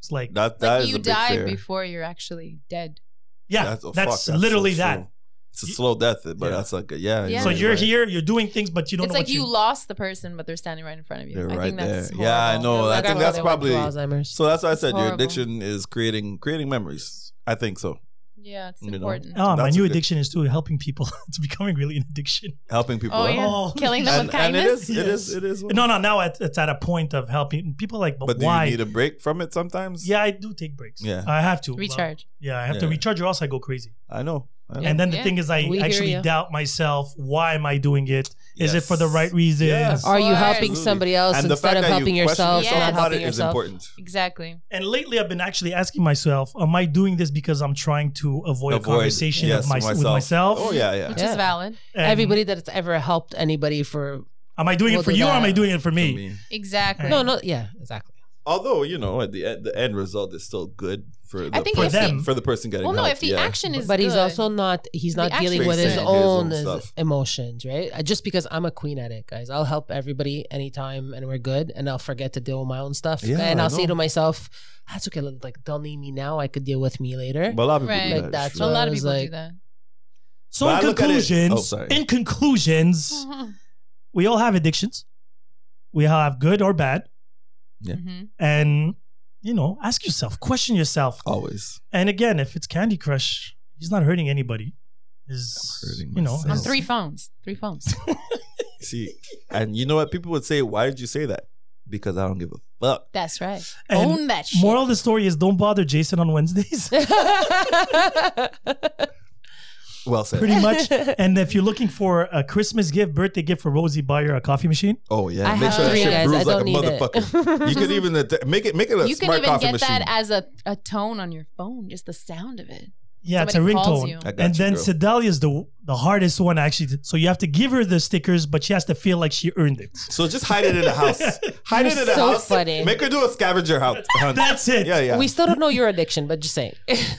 It's like That that Like is you a big die fear. before you're actually dead. yeah, That's, that's, oh, fuck, so literally true. that. It's a slow death, but Yeah. that's like a, yeah. Yeah. So right, you're right. here, you're doing things, but you don't It's know like what you lost the person, but they're standing right in front of you. They're I right think there. that's Yeah, I horrible. know. I think that's Grandfather went through probably. Alzheimer's. So that's why I said your horrible. addiction is creating creating memories. I think so. Yeah, it's You know. important. Oh, my That's new a good- addiction is too helping people. it's becoming really an addiction. Helping people. Oh, out. yeah. Oh. Killing them And, with and it kindness. is. It is. It is. No, no, now it- it's at a point of helping people. Like, but, But do why? you need a break from it sometimes? yeah, I do take breaks. Yeah. I have to Recharge. Well, yeah, I have to Yeah. recharge, or else I go crazy. I know. I know. And then the Yeah. thing is, I We hear actually you. doubt myself. Why am I doing it? Is it for the Yes. right reasons? Yes. Are you course. helping Absolutely. somebody else and the Oh, instead fact of that helping you question yourself? yourself Yeah. Not Yes. about helping it is yourself. important. Exactly. And lately, I've been actually asking myself, am I doing this because I'm trying to avoid, a conversation yes, of my, with myself? Oh yeah, yeah. Which Yeah. is valid. And Everybody that's ever helped anybody for Am I doing will it for do you or that. am I doing it for I me? mean, Exactly. no, no, yeah, exactly. Although you know, at the end, the end result is still good for the, I think for, if the- them, for the person getting Well, no, help, if the yeah. action is But he's good- also not he's The not dealing action with is his good. own, His own his stuff. emotions, right? I- Just because I'm a queen at it, guys. I'll help everybody anytime and we're good and I'll forget to deal with my own stuff. Yeah, and I I'll say know. to myself, That's okay, like don't need me now, I could deal with me later. But a lot of people Right. do Like that. that's sure. a lot I of was people do like- that. So But I in look at it- conclusions, Oh, sorry. in conclusions, Mhm. we all have addictions. We all have good or bad. Yeah. Mhm. And, you know, ask yourself, question yourself. Always. And again, if it's Candy Crush, he's not hurting anybody. Is I'm hurting you know, myself. On his- three phones. Three phones. See, and you know what? People would say, "Why did you say that?" Because I don't give a fuck. That's right. And Own that shit. Moral of the story is don't bother Jason on Wednesdays. Well said. pretty much. And if you're looking for a Christmas gift, birthday gift for Rosie, buy her a coffee machine. oh yeah, I make have sure that three shit guys. I brews like don't a need it. motherfucker. you could even att- make it make it a you can smart even coffee get machine. that as a, a tone on your phone, just the sound of it. Yeah, Somebody it's a calls ringtone. you. I got And you, then girl. Sedalia is the the hardest one actually. to- So you have to give her the stickers, but she has to feel like she earned it. So just hide it in the house. Hide it You're in the so house. funny. Make her do a scavenger hunt. hunt. That's it. yeah, yeah. We still don't know your addiction, but just saying.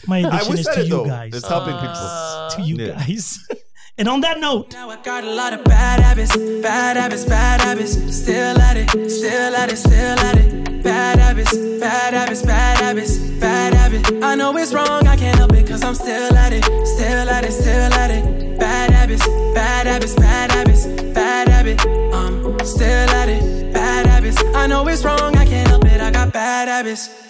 My I addiction wish is that to it you though. guys. It's helping to you yeah. guys. and on that note, Now I got a lot of bad habits, bad habits, bad habits. Still at it, still at it, still at it. Bad habits, bad habits, bad habits, bad habit. I know it's wrong, I can't help it, cause I'm still at it, still at it, still at it. Bad habits, bad habits, bad habits, bad habit. Um, I'm still at it, bad habits. I know it's wrong, I can't help it, I got bad habits.